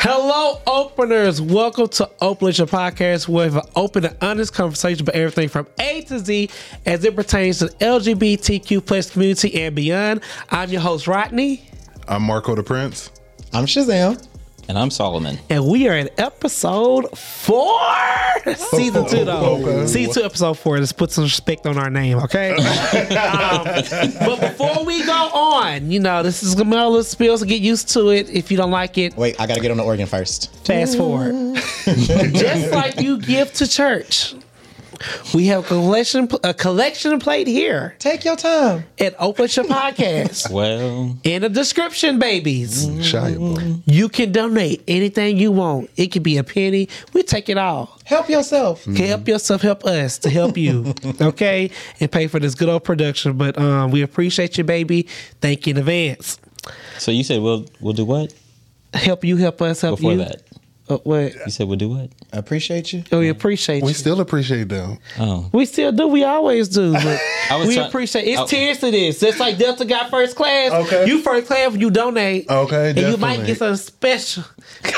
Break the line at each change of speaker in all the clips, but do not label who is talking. Hello, openers. Welcome to Openly Your Podcast, where we have an open and honest conversation about everything from A to Z as it pertains to the LGBTQ plus community and beyond. I'm your host, Rodney,
I'm Marco the Prince.
I'm Shazam.
And I'm Solomon.
and we are in episode four. Season two, though.
Okay.
Season two, episode four. Let's put some respect on our name, okay? Um, but before we go on, you know, this is going to be a little spill, so get used to it. If you don't like it,
Wait, I gotta get on the organ first.
Fast forward. Just like you give to church. We have a collection a collection plate here
Take your time.
at Open Your Podcast.
Well,
In the description, babies.
Shia boy.
You can donate anything you want. It could be a penny. We take it all.
Help yourself.
Can help yourself, help us to help you. okay? And pay for this good old production. But um, we appreciate you, baby. Thank you in advance.
so you said we'll we'll do what
Help you, help us, help
before
you.
that?
Uh, what?
You said we'll do what?
Appreciate you.
Oh, we appreciate
We
you.
still appreciate them.
Oh,
We still do. We always do. But
I was
we
try-
appreciate it's
I-
tiers to this. Just like Delta got first class.
Okay.
You first class when you donate.
Okay,
And you might
definitely.
get something special.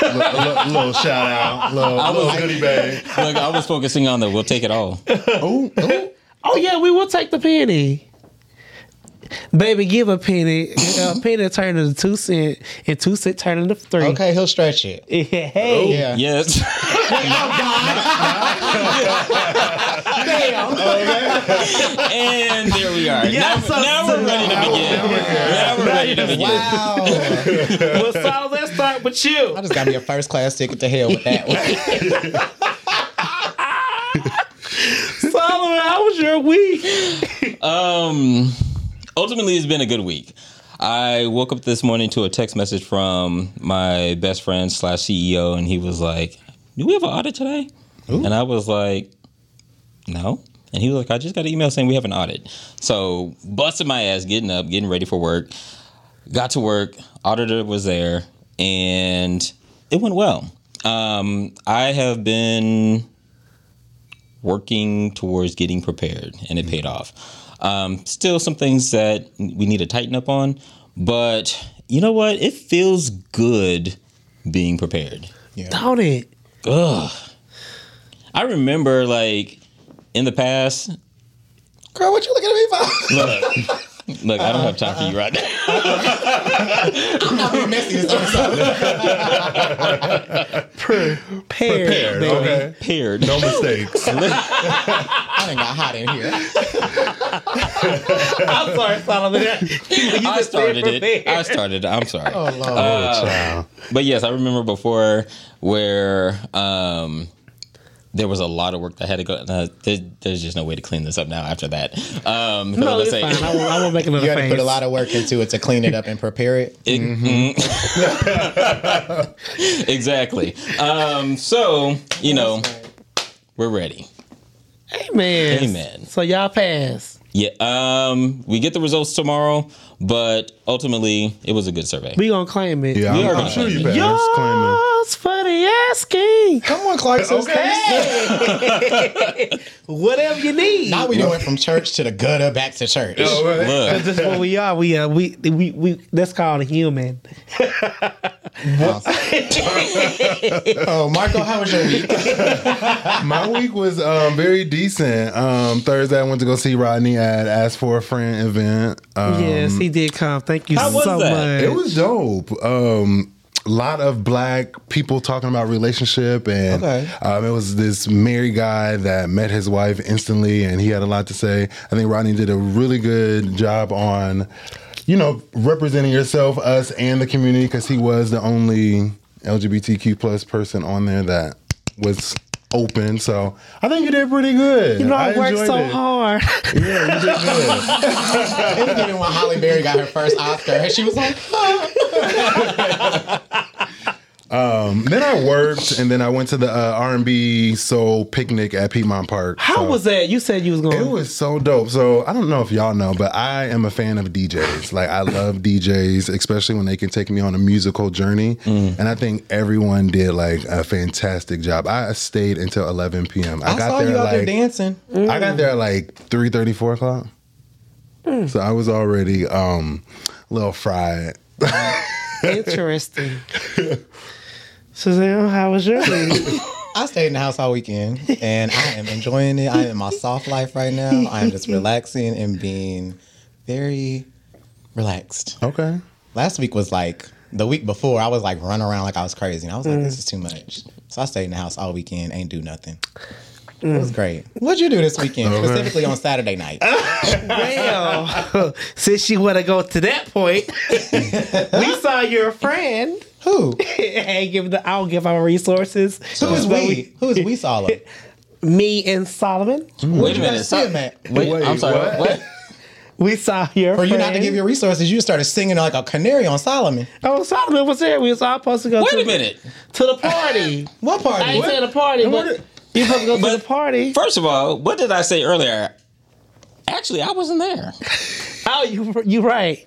A little, shout out, little, little goodie bag.
look, I was focusing on the we'll take it all.
Oh, oh,
Oh yeah, we will take the penny. Baby, give a penny. a penny turn into two cent, and two cent turn into three.
Okay, Oh. he'll stretch it.
hey,
Yeah.
Yes,
damn.
and there we are.
Yeah,
now,
so-
now
so-
we're ready to begin. Now we're ready to begin.
Wow.
well, so let's start with you.
I just got me a first class ticket to hell with that one.
Solomon, how was your week?
Um, ultimately, it's been a good week. I woke up this morning to a text message from my best friend slash CEO, and he was like, "Do we have an audit today?" And I was like, "No." And he was like, "I just got an email saying we have an audit." So busted my ass, getting up, getting ready for work. Got to work. Auditor was there, and it went well. Um, I have been working towards getting prepared, and it paid off. Um, still, some things that we need to tighten up on, but you know what? It feels good being prepared.
Don't it?
Ugh. I remember, like, in the past,
Girl, what you looking at me
look, look I don't have time for you right now.
for? I'm gonna be messy this episode.
Prepared.
prepared.
baby.
Okay.
Paired.
No mistakes.
I done got hot in here.
I'm sorry, Solomon.
I
just said
started it.
prepared.
I started it. I'm sorry.
Oh, Lord.
Uh,
Child.
But yes, I remember before where um, there was a lot of work that had to go. Uh, there, there's just no way to clean this up now after that. Um, 'cause
No,
I'm
it's
gonna
fine.
say-
I won't, I won't make another
You had to
face.
put a lot of work into it to clean it up and prepare it.
It-
Mm-hmm.
mm. exactly. Um, so you know, we're ready.
Amen.
Amen.
So y'all pass.
Yeah. Um, we get the results tomorrow, but ultimately, it was a good survey.
We gonna claim it.
Yeah,
We
I'm,
are
I'm sure you
gonna-
passed. Claiming.
Yours for the asking.
Come on, Clarkson.
Whatever you need.
Now we doing from church to the gutter back to church.
Look,
That's what we are. We uh, we we we. That's called a human.
Oh, Marco, how was your week?
My week was um, very decent. Um, Thursday, I went to go see Rodney at Ask for a Friend event. Um,
yes, he did come. Thank you
How was
so
that?
It
much.
was dope. Um, a lot of black people talking about relationship, and
Okay.
um, it was this married guy that met his wife instantly, and he had a lot to say. I think Rodney did a really good job on, you know, representing yourself, us, and the community because he was the only LGBTQ plus person on there that was open. So I think you did pretty good.
You know, I, worked
enjoyed
so
it.
hard.
Yeah, you did good.
It was even when Holly Berry got her first Oscar, and she was like,
Then I worked, and then I went to the uh, R and B soul picnic at Piedmont Park.
How
So
was that? You said you was going.
it? Was so dope. So I don't know if y'all know, but I am a fan of DJs. Like I love DJs, especially when they can take me on a musical journey. And I think everyone did like a fantastic job. I stayed until 11 p.m. I,
I
got
saw
there
you out
like
there dancing.
I got there at like 3 4 o'clock. So I was already um, a little fried.
Interesting. Suzanne, how was your week?
I stayed in the house all weekend and I am enjoying it. I am in my soft life right now. I am just relaxing and being very relaxed.
Okay.
Last week was like the week before, I was like running around like I was crazy. And I was like, this is too much. So I stayed in the house all weekend, ain't do nothing. It was great. What'd you do this weekend, specifically on Saturday night?
well, since you want to go to that point, we saw your friend.
Who?
Hey, give the I'll give our resources.
Who is
But
we? Who is we, Sala?
Me and Solomon,
Wait a minute.
That's it,
Stop.
man.
Wait,
Wait,
I'm sorry.
what?
What?
we saw your.
For you not to give your resources, you started singing like a canary on Solomon.
Oh, Solomon was there. We was all supposed to go. to
Wait a
the-
minute.
to the party.
What
I
party?
ain't saying the party, but you supposed to go to
But-
the party.
First of all, what did I say earlier? Actually, I wasn't there.
Oh, you you right.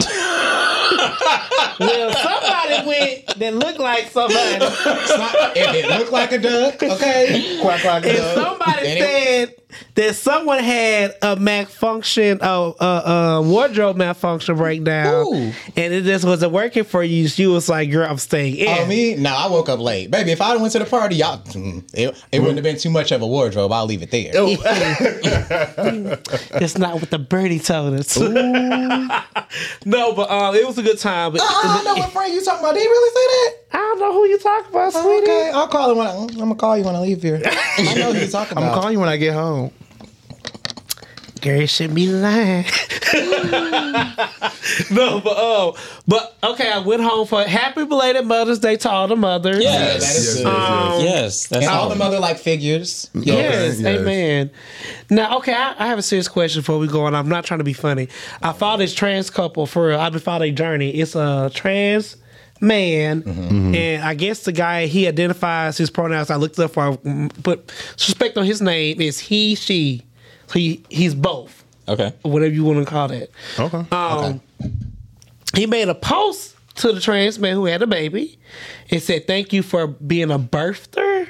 well, somebody went that looked like somebody.
It's not- if it looked like a duck, okay. Quack, quack,
And
duck.
somebody
Then it-
said that someone had a malfunction, oh, uh, uh, wardrobe malfunction breakdown,
Ooh.
and it just wasn't working for you. You was like, "Girl, I'm staying in."
Oh me? No, I woke up late, baby. If I went to the party, y'all, mm, it, it wouldn't have been too much of a wardrobe. I'll leave it there.
That's not what the birdie told us. no, but um, it was a good time. But
I don't know what friend you talking about. Did he really say that?
I don't know who you talking about, sweetie.
Okay, I'll call him when I, I'm gonna call you when I leave here. I know who you talking
I'm
about.
gonna call you when I get home.
Girl, you shouldn't be lying. no, but oh, but okay. I went home for happy belated Mother's Day to all the mothers.
Yes.
That is
Yes,
good.
yes,
yes. That's
and all
all.
the mother like figures.
Yes,
Okay, yes.
amen. Now, okay, I, I have a serious question before we go on. I'm not trying to be funny. I found this trans couple for real. I've been following their journey. It's a trans man, and I guess the guy he identifies his pronouns. I looked up for, but suspect on his name is he, she. So he, he's both,
Okay.
whatever you want to call that.
Okay.
Um, He made a post to the trans man who had a baby and said, Thank you for being a birther.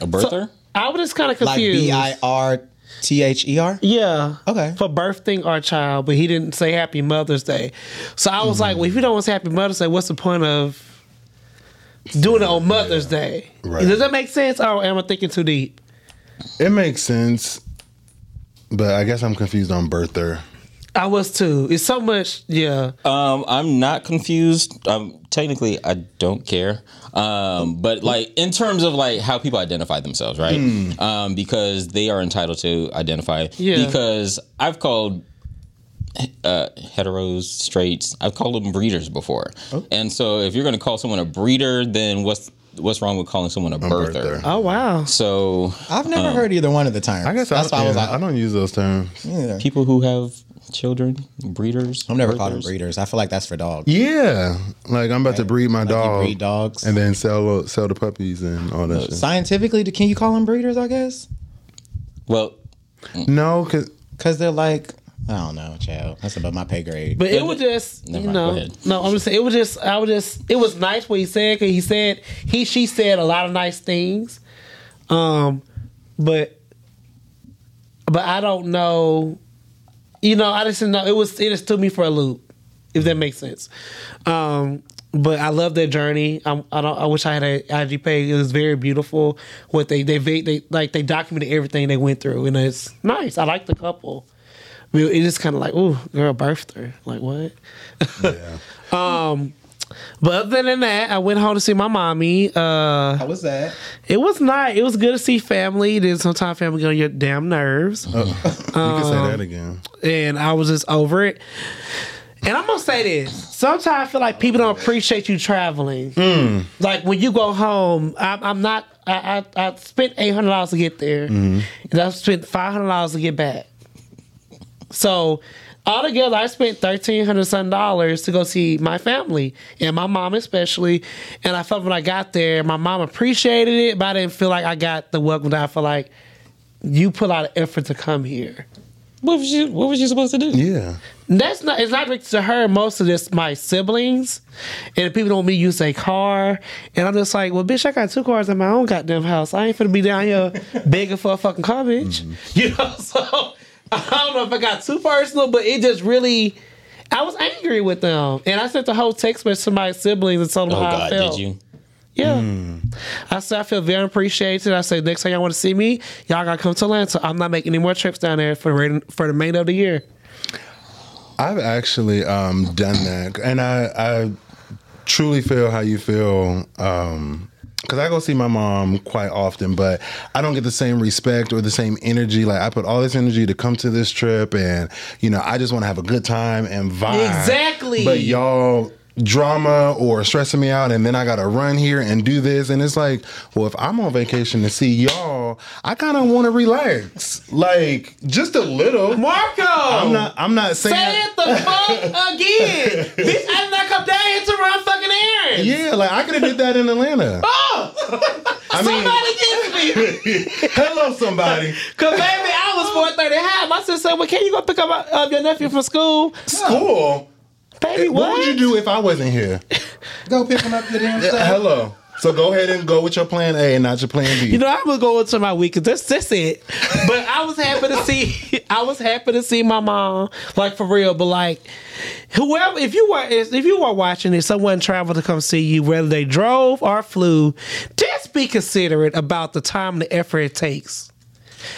A birther?
I was just kind of
Like
confused.
B I R T H E R.
yeah.
Okay.
For birthing our child, but he didn't say Happy Mother's Day. So I was like, Well, if you don't say Happy Mother's Day, what's the point of doing it on Mother's Day?
Right.
Does that make sense? Or am I thinking too deep?
It makes sense, but I guess I'm confused on birther.
I was too. It's so much, yeah.
Um, I'm not confused. Um, technically, I don't care. Um, but like in terms of like how people identify themselves, right? Um, because they are entitled to identify.
Yeah.
Because I've called uh, heteros, straights. I've called them breeders before. And so if you're going to call someone a breeder, then what's what's wrong with calling someone a birther?
birther.
Uh,
oh, wow.
So
I've never heard either one of the terms.
Um, I guess
that's
I,
why I was
yeah,
like,
I don't use those terms.
yeah.
people who have children, breeders.
I'm never called them
birthers.
breeders. I feel like that's for dogs.
Yeah, like I'm about to breed my dog,
breed dogs. Uh,
and then sell sell the puppies and all that. shit.
Scientifically, can you call them breeders? I guess.
Well,
No, cause
Cause they're like, I don't know, child. That's above my pay grade.
But it
But
was
the-
just,
Never
you
mind, go
know,
ahead.
no, I'm just saying, it was just, I was just, it was nice what he said, because he said, he, she said a lot of nice things. Um, but, but I don't know, you know, I just didn't know, it was, it just took me for a loop, if that makes sense. Um, but I love their journey. I'm, I don't. I wish I had an IG page. It was very beautiful. What they they va- they like they documented everything they went through, and it's nice. I like the couple. I mean, It is kind of like, ooh, girl birthed her. Like what?
yeah,
But other than that, I went home to see my mommy. Uh,
How was that?
it was nice. It was good to see family. Then sometimes family get on your damn nerves,
you can say
Um,
that again.
and I was just over it. And I'm gonna say this: sometimes I feel like people don't appreciate you traveling. Like when you go home, I'm, I'm not. I, I, I spent eight hundred dollars to get there, and I spent five hundred dollars to get back. So altogether, I spent thirteen hundred some dollars to go see my family and my mom especially. And I felt when I got there, my mom appreciated it, but I didn't feel like I got the welcome that I feel like you put out of effort to come here.
what was you what was you supposed to do?
Yeah,
That's not. It's not directed to her. Most of this, my siblings, and the people don't me use a car, and I'm just like, well, bitch, I got two cars in my own goddamn house. I ain't finna be down here begging for a fucking car, bitch.
Mm-hmm.
You know, so I don't know if I got too personal, but it just really, I was angry with them, and I sent the whole text message to my siblings and told them
Oh
how I
God,
felt.
did you? Mm.
Yeah. I said I feel very appreciated. I said next time y'all want to see me, y'all gotta come to Atlanta. I'm not making any more trips down there for the- for the remainder of the year.
I've actually um, done that, and I, I truly feel how you feel. Um, Cause I go see my mom quite often, but I don't get the same respect or the same energy. Like I put all this energy to come to this trip, and you know I just want to have a good time and vibe.
Exactly.
But y'all drama or stressing me out, and then I gotta run here and do this, and it's like, well, if I'm on vacation to see y'all, I kind of want to relax, like just a little.
Marco,
I'm not. I'm not saying.
say it the fuck again. Bitch, I did not come down here to run fucking errands.
Yeah, like I could have did that in Atlanta. I mean,
Somebody gets me.
hello, somebody.
Cause baby, I was 430 high. My sister said, Well, can you go pick up uh, your nephew from school?
School.
Baby,
What? would you do if I wasn't here?
Go pick him up your damn stuff.
hello. So go ahead and go with your plan A and not your plan B.
You know, I'm gonna go into my weekend. That's that's it. But I was happy to see. I was happy to see my mom, like for real. But like, whoever, if you were, if you were watching it, someone traveled to come see you, whether they drove or flew, just be considerate about the time and the effort it takes.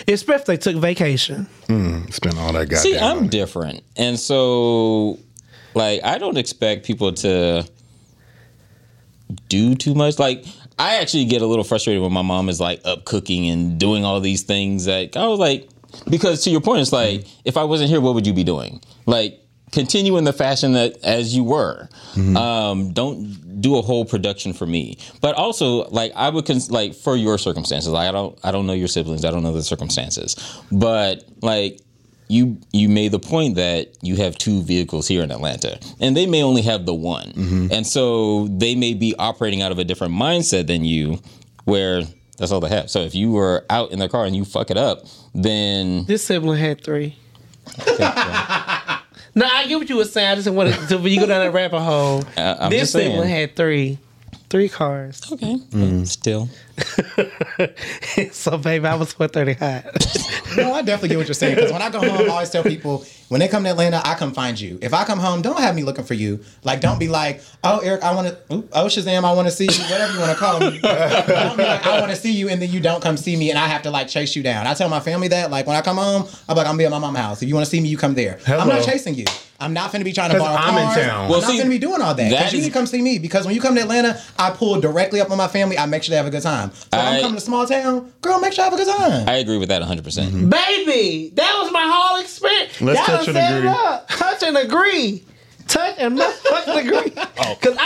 Especially if they took vacation.
Spend all that goddamn.
See, I'm
money.
different. And so like I don't expect people to do too much. Like I actually get a little frustrated when my mom is like up cooking and doing all these things that I was like because to your point it's like if I wasn't here what would you be doing? Like continue in the fashion that as you were.
Mm-hmm.
Um don't do a whole production for me. But also like I would cons- like for your circumstances. Like I don't I don't know your siblings. I don't know the circumstances. But like you you made the point that you have two vehicles here in Atlanta, and they may only have the one, and so they may be operating out of a different mindset than you, where that's all they have. So if you were out in their car and you fuck it up, then
This sibling had three. No, I get what you were saying. I just wanted to, when you go down that rabbit hole.
I- I'm
this
just saying.
sibling had three, three cars.
okay, still
so, baby, I was 430 hot.
No, I definitely get what you're saying. Because when I go home, I always tell people when they come to Atlanta, I come find you. If I come home, don't have me looking for you. Like, don't be like, oh Eric, I want to. Oh Shazam, I want to see you. Whatever you want to call me. don't be like, I want to see you, and then you don't come see me, and I have to like chase you down. I tell my family that. Like when I come home, I'm like, I'm be at my mom's house. If you want to see me, you come there. I'm
Hello.
not chasing you. I'm not finna be trying to
'Cause
borrow
I'm in
cars.
town.
Well,
I'm not
see,
finna be doing all that.
that
'Cause you
is-
need to come see me because when you come to Atlanta, I pull directly up on my family. I make sure they have a good time. So if
I-
I'm coming to small town, girl, make sure I have a good time.
I agree with that 100.
Mm-hmm.
percent
Baby, that was my whole experience.
Let's
Y'all
touch
done
and
set it
agree.
up. Touch and agree. Touch and motherfucking agree.
Oh.
Because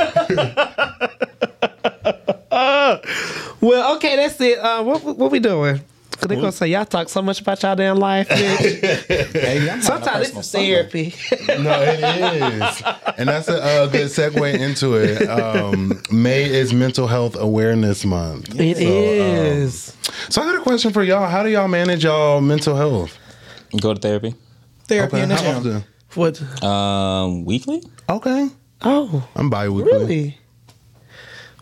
I was offended. well, okay, that's it. Uh, what, what we doing? Because they're going to say, y'all talk so much about y'all damn life. bitch."
Baby, I'm having a
Sometimes
personal
this is
summer.
therapy.
No, it is, and that's a, uh good segue into it. Um, May is Mental Health Awareness Month.
It is.
So I got a question for y'all. How do y'all manage y'all mental health?
Go to therapy
Therapy in the
How
gym.
often?
What?
uh,
um, weekly.
Okay,
Oh,
I'm biweekly.
really?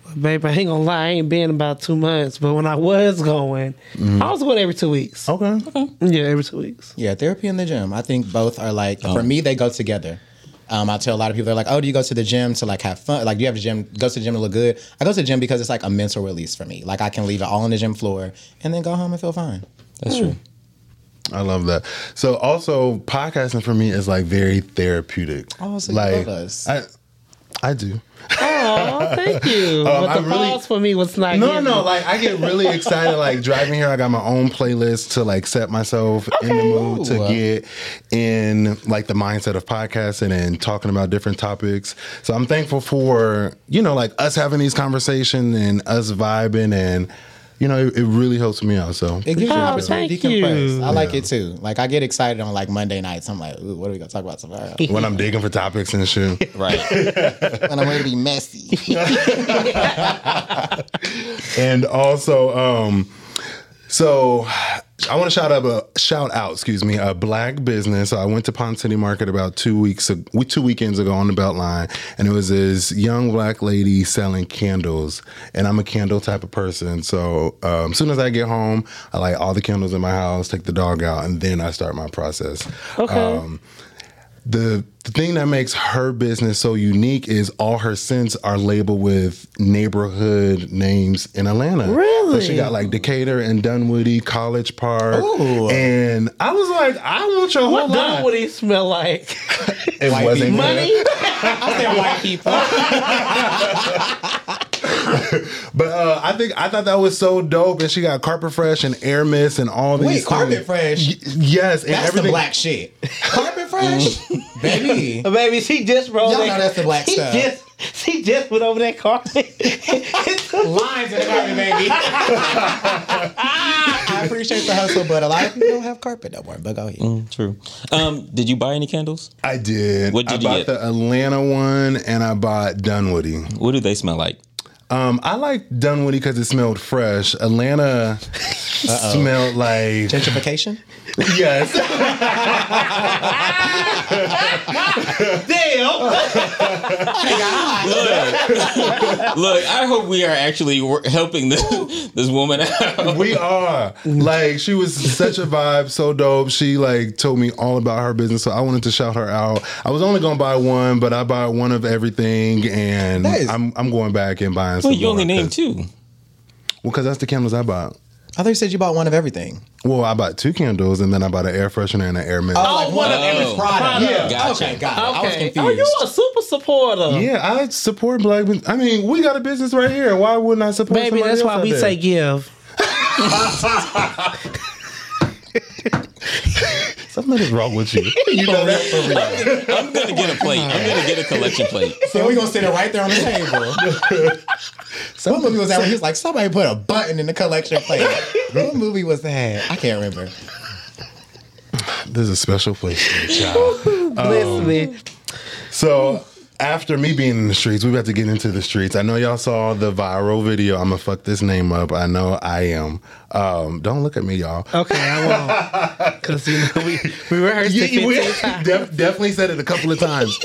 Well, baby, I ain't going to lie. I ain't been about two months. But when I was going,
Mm-hmm.
I was going every two weeks.
Okay.
Yeah, every two weeks.
Yeah, therapy in the gym. I think both are like
Oh.
for me they go together. Um, I tell a lot of people they're like, "Oh, do you go to the gym to like have fun? Like, do you have the gym? Go to the gym to look good." I go to the gym because it's like a mental release for me. Like, I can leave it all on the gym floor and then go home and feel fine.
That's true.
I love that. So also podcasting for me is like very therapeutic.
Oh, so you
like
love us.
I I do.
Oh, thank you. but
I
the
really-
pause for me was not.
No,
given.
no, like I get really excited like driving here I got my own playlist to like set myself in the mood to
Ooh.
get in like the mindset of podcasting and talking about different topics. So I'm thankful for, you know, like us having these conversations and us vibing and you know, it, it really helps me out. So
It gives you an
Oh,
opportunity to
thank you.
decompress. I like it too. Like, I get excited on like Monday nights. I'm like, "Ooh, what are we gonna talk about tomorrow?"
when I'm digging for topics and shit.
Right.
and I'm ready to be messy.
and also um so I want to shout out a shout out, excuse me, a black business. I went to Pond City Market about two weeks, ag- we- two weekends ago on the Beltline, and it was this young black lady selling candles. And I'm a candle type of person, so um, soon as I get home, I light all the candles in my house, take the dog out, and then I start my process.
Okay.
Um, the, the thing that makes her business so unique is all her scents are labeled with neighborhood names in Atlanta.
Really?
So she got like Decatur and Dunwoody, College Park.
Ooh.
And I was like, I want your
What
whole
done would
line.
he smell like?
It
White
wasn't
people.
good.
Money?
I said white people.
But uh, I think I thought that was so dope. And she got Carpet Fresh and Air Miss and all these
Wait, carpet
things.
fresh.
Y- yes, and
That's the
everything. Mm.
black shit. Carpet fresh, baby.
Baby, she just rolled.
Y'all
that-
know that's the black
she
stuff.
Just, she just went over that carpet.
Lines in the carpet, baby. I appreciate the hustle, but a lot of people don't have carpet no more. But go ahead.
True. Um, did you buy any candles?
I did.
What did
I
you
bought
get?
the Atlanta one and I bought Dunwoody.
What do they smell like?
Um, I like Dunwoody because it smelled fresh. Atlanta smelled like
Gentrification.
yes.
Damn.
Look, I hope we are actually wor- helping this this woman out.
we are like she was such a vibe, so dope. She like told me all about her business, so I wanted to shout her out. I was only gonna buy one, but I bought one of everything, and
That is-
I'm I'm going back and buying.
Well,
some
you only
more,
named
'cause-
two.
Well, because that's the candles I bought.
I thought you said you bought one of everything.
Well, I bought two candles, and then I bought an air freshener and an air mist.
Oh, one of every product.
Yeah.
Gotcha.
Okay, got it. I was
Okay.
confused.
Oh, you a super supporter.
Yeah, I support black. bus- I mean, we got a business right here. Why wouldn't I support?
Baby,
somebody
that's
else
why
out
we
there?
say give.
something is wrong with you. you know that for real.
I'm gonna get a plate. I'm gonna get a collection plate.
So we're gonna sit it right there on the table. so what movie was that when he was like, somebody put a button in the collection plate? what movie was that? I can't remember.
This is a special place for the child.
Bless me.
So after me being in the streets, we about to get into the streets. I know y'all saw the viral video. I'm gonna fuck this name up. I know I am. Um, don't look at me, y'all.
Okay, I won't. Because you know, we, we rehearsed
You-
it 15
you- we-
times.
def- definitely said it a couple of times.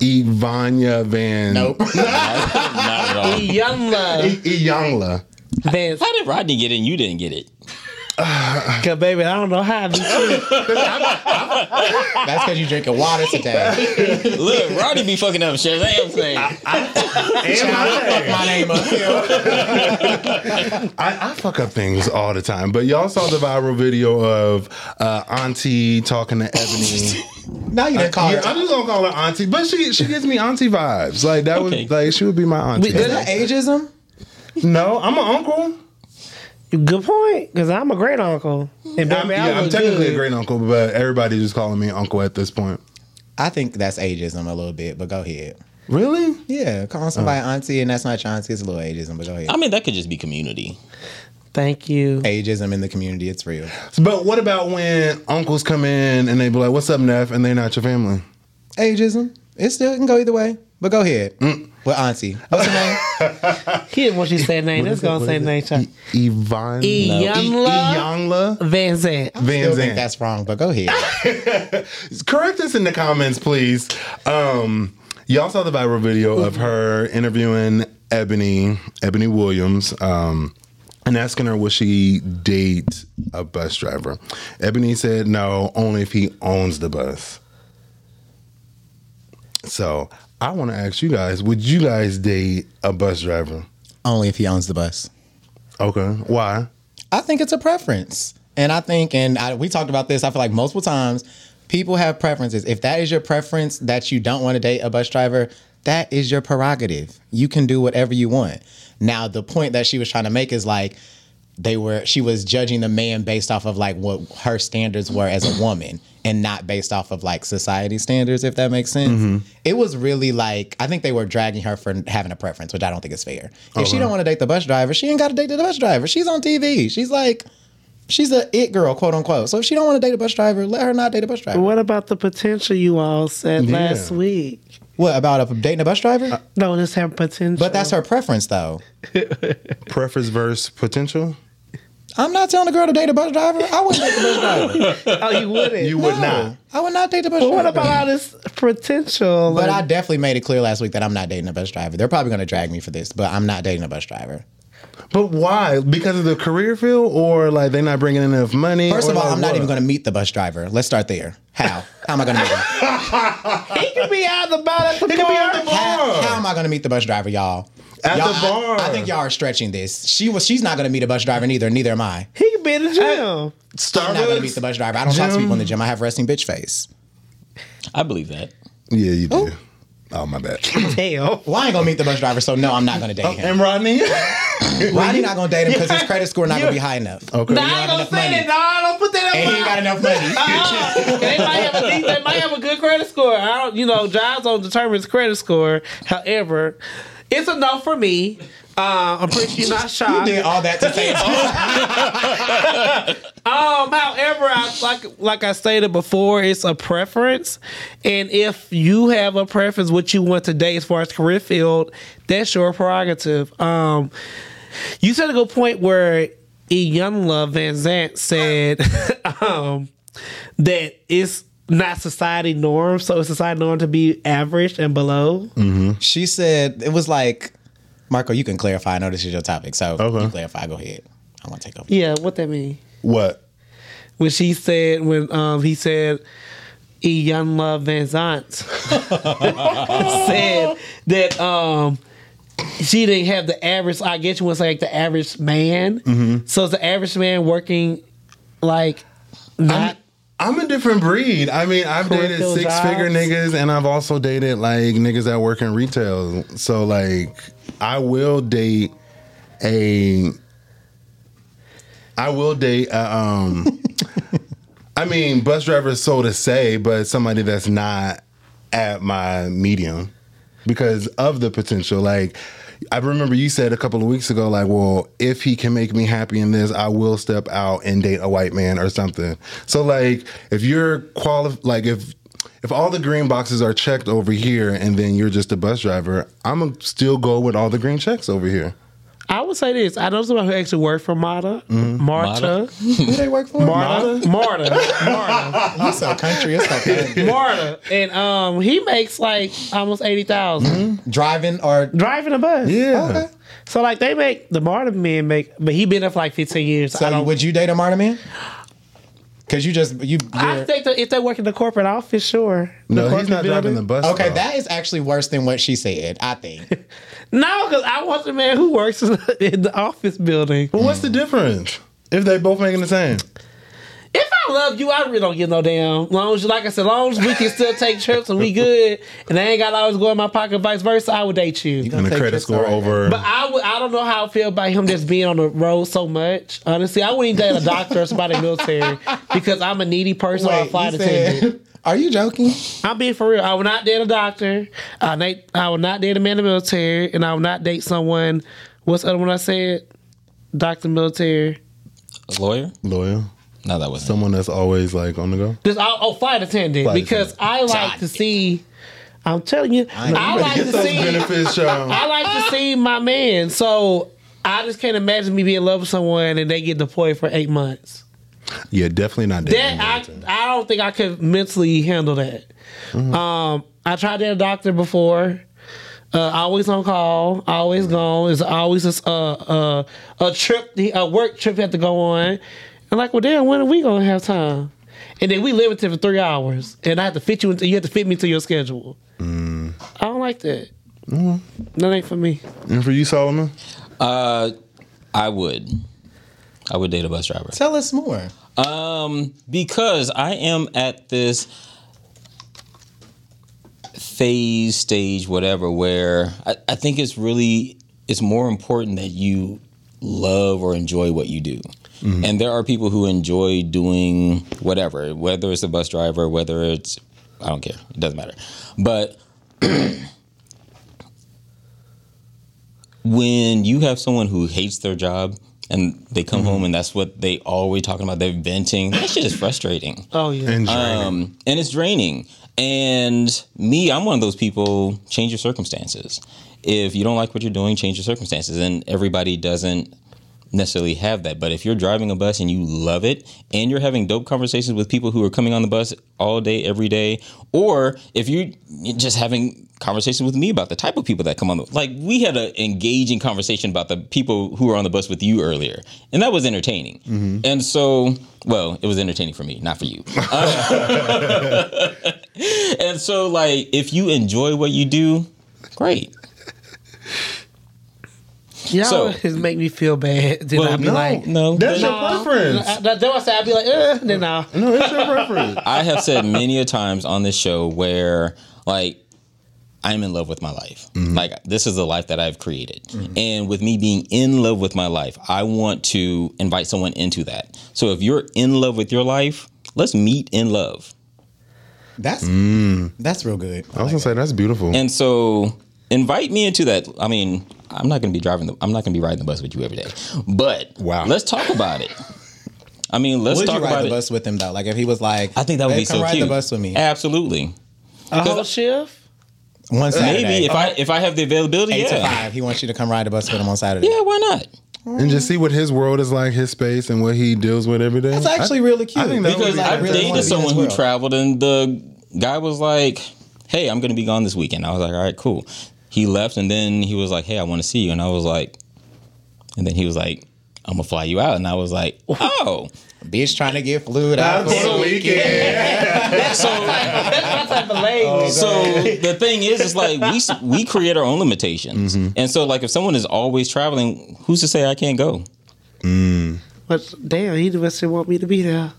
Ivania Van
Nope.
Not at all.
Young love.
I- E-, Iyangla.
Dance.
How did Rodney get it and you didn't get it?
Cause baby, I don't know how I be cheating.
That's because you drinking water today.
Look, Rodney be fucking up Shazam thing.
Child, fuck my name up.
I, I fuck up things all the time, but y'all saw the viral video of uh, Auntie talking to Ebony.
now you done called
yeah,
it.
I'm just gonna call her Auntie, but she she gives me Auntie vibes. Like that
Okay.
was like she would be my Auntie.
Is that ageism?
No, I'm an uncle.
Good point. Cause I'm a great uncle. And baby,
I'm,
I'm,
yeah,
I
I'm
look
technically
good.
a great uncle, but everybody's just calling me uncle at this point.
I think that's ageism a little bit, but go ahead.
Really?
Yeah, calling somebody auntie and that's not your auntie. It's a little ageism, but go ahead.
I mean, that could just be community.
Thank you.
ageism in the community, it's real.
But what about when uncles come in and they be like, "What's up, Neff?" and they're not your family?
Ageism. It still can go either way, but go ahead. With auntie. What's her name?
He didn't want you to say name. Let's go and say name. child.
Yvonne.
Iyanla
Youngla
Van Zant.
Van
Still think
Zandt.
that's wrong, but go ahead.
Correct us in the comments, please. Um, y'all saw the viral video of her interviewing Ebony, Ebony Williams, um, and asking her would she date a bus driver. Ebony said no, only if he owns the bus. So I want to ask you guys: Would you guys date a bus driver?
Only if he owns the bus.
Okay, why?
I think it's a preference. And I think, and I, we talked about this, I feel like multiple times, people have preferences. If that is your preference that you don't want to date a bus driver, that is your prerogative. You can do whatever you want. Now, the point that she was trying to make is like, they were she was judging the man based off of like what her standards were as a woman and not based off of like society standards if that makes sense
Mm-hmm.
it was really like i think they were dragging her for having a preference which i don't think is fair if
Oh,
she don't want to date the bus driver she ain't got to date the bus driver she's on tv she's like she's a it girl quote unquote so if she don't want to date a bus driver let her not date a bus driver
What about the potential you all said last week?
what about a, dating a bus driver
No, this have potential.
but that's her preference though
Preference versus potential.
i'm not telling a girl to date a bus driver i wouldn't date the bus driver
oh, you wouldn't.
You would
No,
not.
i would not date the bus
But
driver
what about all this potential?
But
Like,
I definitely made it clear last week that I'm not dating a bus driver. They're probably going to drag me for this, but I'm not dating a bus driver.
But why? Because of the career field, or like they're not bringing in enough money?
First
or
of all,
like
I'm not
what?
even going to meet the bus driver. Let's start there. How? How am I going to meet him?
He could be out the bottom. at the
It could be at the
bar.
How,
bar.
how am I going to meet the bus driver, y'all?
At
Y'all,
the
I-
bar.
I, think y'all are stretching this. She was. She's not going to meet a bus driver neither. Neither am I.
He could be in the gym.
Starbucks.
I'm not going to meet the bus driver. I don't talk to
Jim.
people in the gym. I have resting bitch face.
I believe that.
Yeah, you do. Oh my bad.
Hell.
Well, I ain't going to meet the bus driver, so no, I'm not going to date him.
and Rodney.
Rodney not going to date him because his credit score not going to be high enough.
okay.
Nah, I ain't gonna
enough
say
money.
that. Nah, don't put that up.
And he ain't got enough money.
Uh-uh. they might have a decent- they might have a good credit score. I don't, you know, John's on determines credit score. However, it's a no for me. Uh, I'm pretty sure you're not shocked.
Did all that to say
Um, however, I, like like I stated before, it's a preference, and if you have a preference what you want today as far as career field, that's your prerogative. Um, you said a good point where Iyanla Van Zant said um, that it's not society norm, so it's society norm to be average and below.
She said it was like, Marco, you can clarify. I know this is your topic, so
Okay.
you clarify. Go ahead. I want to take over.
Yeah, what that mean?
What?
When she said when um, he said Iyanla Van Zant. said that um she didn't have the average. I guess you want to say like the average man.
Mm-hmm.
So it's the average man working like not.
I'm a different breed. I mean, I've dated
Correcto
six figure
jobs.
niggas, and I've also dated like niggas that work in retail. So like, I will date a. I will date. A, um, I mean, bus drivers, so to say, but somebody that's not at my medium because of the potential. Like, I remember you said a couple of weeks ago, like, well, if he can make me happy in this, I will step out and date a white man or something. So, like, if you're qualified, like, if if all the green boxes are checked over here and then you're just a bus driver, I'm gonna still go with all the green checks over here.
I would say this. I know somebody who actually worked for Marta.
Mm-hmm.
Marta.
Who they work for?
Marta. Marta. Marta.
You so country. It's okay.
Marta. And um, he makes like almost eighty
Driving or
driving a bus.
Mm-hmm. Yeah.
So like they make the Marta men make, but he been there for like fifteen years. I
so
don't.
would you date a Marta man? Because you just you.
I
you're-
think that if they work in the corporate office, sure.
No,
The
he's not
corporate
driving
building.
the bus.
Okay,
though.
that is actually worse than what she said. I think.
No, because I want the man who works in the, in the office building.
Well, what's the difference if they both making the same?
If I love you, I really don't give no damn. Long as, you- like I said, long as we can still take trips and we good, and I ain't got to always go in my pocket, vice versa, I would date you.
And the
take
credit
trips,
score
alright.
over.
But I would, I don't know how I feel about him just being on the road so much. Honestly, I wouldn't even date a doctor or somebody in the military because I'm a needy person or a
Wait,
flight
you
attendant.
said, are you joking?
I'm being for real. I will not date a doctor. I, na- I will not date a man in the military, and I will not date someone. What's the other one I said? Doctor military.
A lawyer?
Loyal.
No, that wasn't.
Someone that's always like on the go.
This oh, oh flight attendant
Flight
because I like to see. I'm telling you, I, like
Get
to
those
see.
benefits, y'all.
I like to see my man. So I just can't imagine me being in love with someone and they get deployed for eight months.
Yeah, definitely not dating.
That I I don't think I could mentally handle that. Um, I tried to get a doctor before. Uh, always on call, always gone. It's always a, uh uh a trip, a work trip you have to go on. And like, well, damn, when are we gonna have time? And then we limited for three hours, and I have to fit you into. You have to fit me to your schedule. I don't like that. That ain't for me.
and for you, Solomon,
Uh, I would. I would date a bus driver.
Tell us more.
Um, because I am at this phase, stage, whatever, where I, I think it's really it's more important that you love or enjoy what you do. And there are people who enjoy doing whatever, whether it's a bus driver, whether it's I don't care. It doesn't matter. But when you have someone who hates their job and they come home and that's what they always talking about, they're venting. That shit is frustrating.
Oh yeah.
and Drake.
Um, and it's draining. And me, I'm one of those people. Change your circumstances. If you don't like what you're doing, change your circumstances. And everybody doesn't necessarily have that. But if you're driving a bus and you love it and you're having dope conversations with people who are coming on the bus all day, every day, or if you're just having conversations with me about the type of people that come on the like we had an engaging conversation about the people who were on the bus with you earlier and that was entertaining and so well it was entertaining for me not for you and so like if you enjoy what you do great
Y'all
So-
just make me feel bad. Then
Well,
I'd be
no,
like,
no
That's
then-
your preference.
I- That's what I said. I'd be like, eh, then I'll.
No, it's your preference.
I have said many a times on this show where like I'm in love with my life.
Mm-hmm.
Like this is the life that I've created. And with me being in love with my life, I want to invite someone into that. So if you're in love with your life, let's meet in love.
That's
Mm.
that's real good.
I was gonna say that's beautiful.
And so invite me into that. I mean, I'm not going to be driving the I'm not going to be riding the bus with you every day. But
Wow.
let's talk about it. I mean, let's
Would
talk
you ride
about
the
it.
bus with him though? Like if he was like,
I think that would
"Babe,
be
come
so
ride
cute.
the bus with me
Absolutely.
A whole shift?
one Saturday.
Maybe if I if I have the availability,
eight to
yeah.
five, he wants you to come ride the bus with him on Saturday.
Yeah, why not?
and just see what his world is like, his space, and what he deals with every day.
That's actually really cute.
I think that would
Because
be
I've
really
dated
wanna be
someone who traveled, and the guy was like, "Hey, I'm going to be gone this weekend." I was like, "All right, cool." He left, and then he was like, "Hey, I want to see you," and I was like, and then he was like, "I'm gonna fly you out," and I was like, "Oh."
Bitch trying to get flued out for the weekend.
That's my type of language.
So the thing is, it's like we s- we create our own limitations,
Mm-hmm.
and so like if someone is always traveling, who's to say I can't go?
Oh,
But damn, he just didn't want me to be there.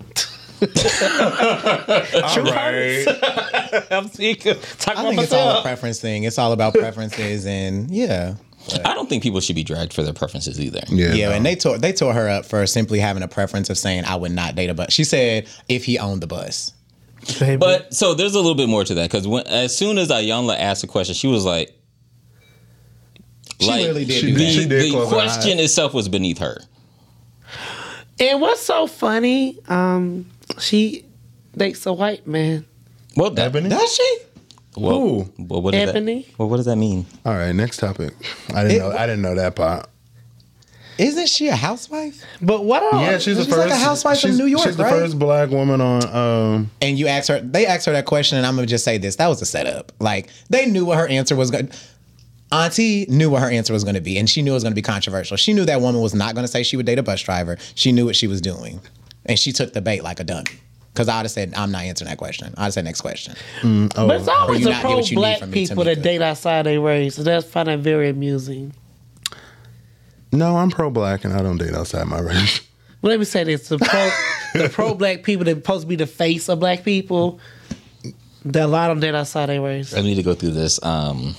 All right.
I'm sick of talking
I
about
think it's all a
myself.
preference thing. It's all about preferences and yeah.
I don't think people should be dragged for their preferences either.
Yeah.
Yeah,
no.
and they tore they tore her up for simply having a preference of saying I would not date a bus. She said if he owned the bus.
Baby.
But so there's a little bit more to that because as soon as Ayanla asked the question, she was like,
She really did
she
do that.
did.
The, the
close her
question itself was beneath her.
and what's so funny? Um, she dates a white man.
Well, that,
Ebony?
Does she?
Well,
Who?
well, what does
Ebony?
That, well, what does that mean?
All right. Next topic. I didn't know. I didn't know that part.
Isn't she a housewife?
But what? All,
Yeah, she's the
she's
first.
Oh, like a housewife from
she's-
New York,
She's the
right?
first black woman on. Um,
And you asked her they asked her that question and I'm gonna just say this. That was a setup. Like they knew what her answer was gonna Auntie knew what her answer was going to be, and she knew it was going to be controversial. She knew that woman was not going to say she would date a bus driver. She knew what she was doing, and she took the bait like a dummy. Because I'd have said, "I'm not answering that question." I'd have said, "Next question."
but it's always
Oh, you
the
not get
pro
what you need
black
from me,
people that
Tamika?
date outside their race. So that's find that very amusing.
no, I'm pro black and I don't date outside my race.
But let me say this: the pro, the pro black people that supposed to be the face of black people, that a lot of them date outside their race.
I need to go through this um,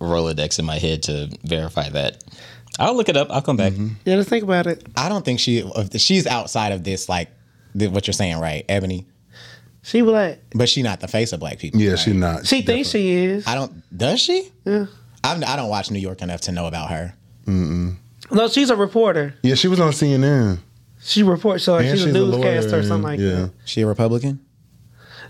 Rolodex in my head to verify that. I'll look it up. I'll come back.
Yeah, let's think about it.
I don't think she if she's outside of this like th- what you're saying, right, Ebony?
She black.
But she not the face of black people.
Yeah,
right?
she's not.
She thinks she is.
I don't. Does she? Yeah. I'm, I don't watch New York enough to know about her.
No, she's a reporter.
Yeah, she was on CNN.
She reports. So
And
she's, a newscaster or something like
yeah.
that.
She a Republican?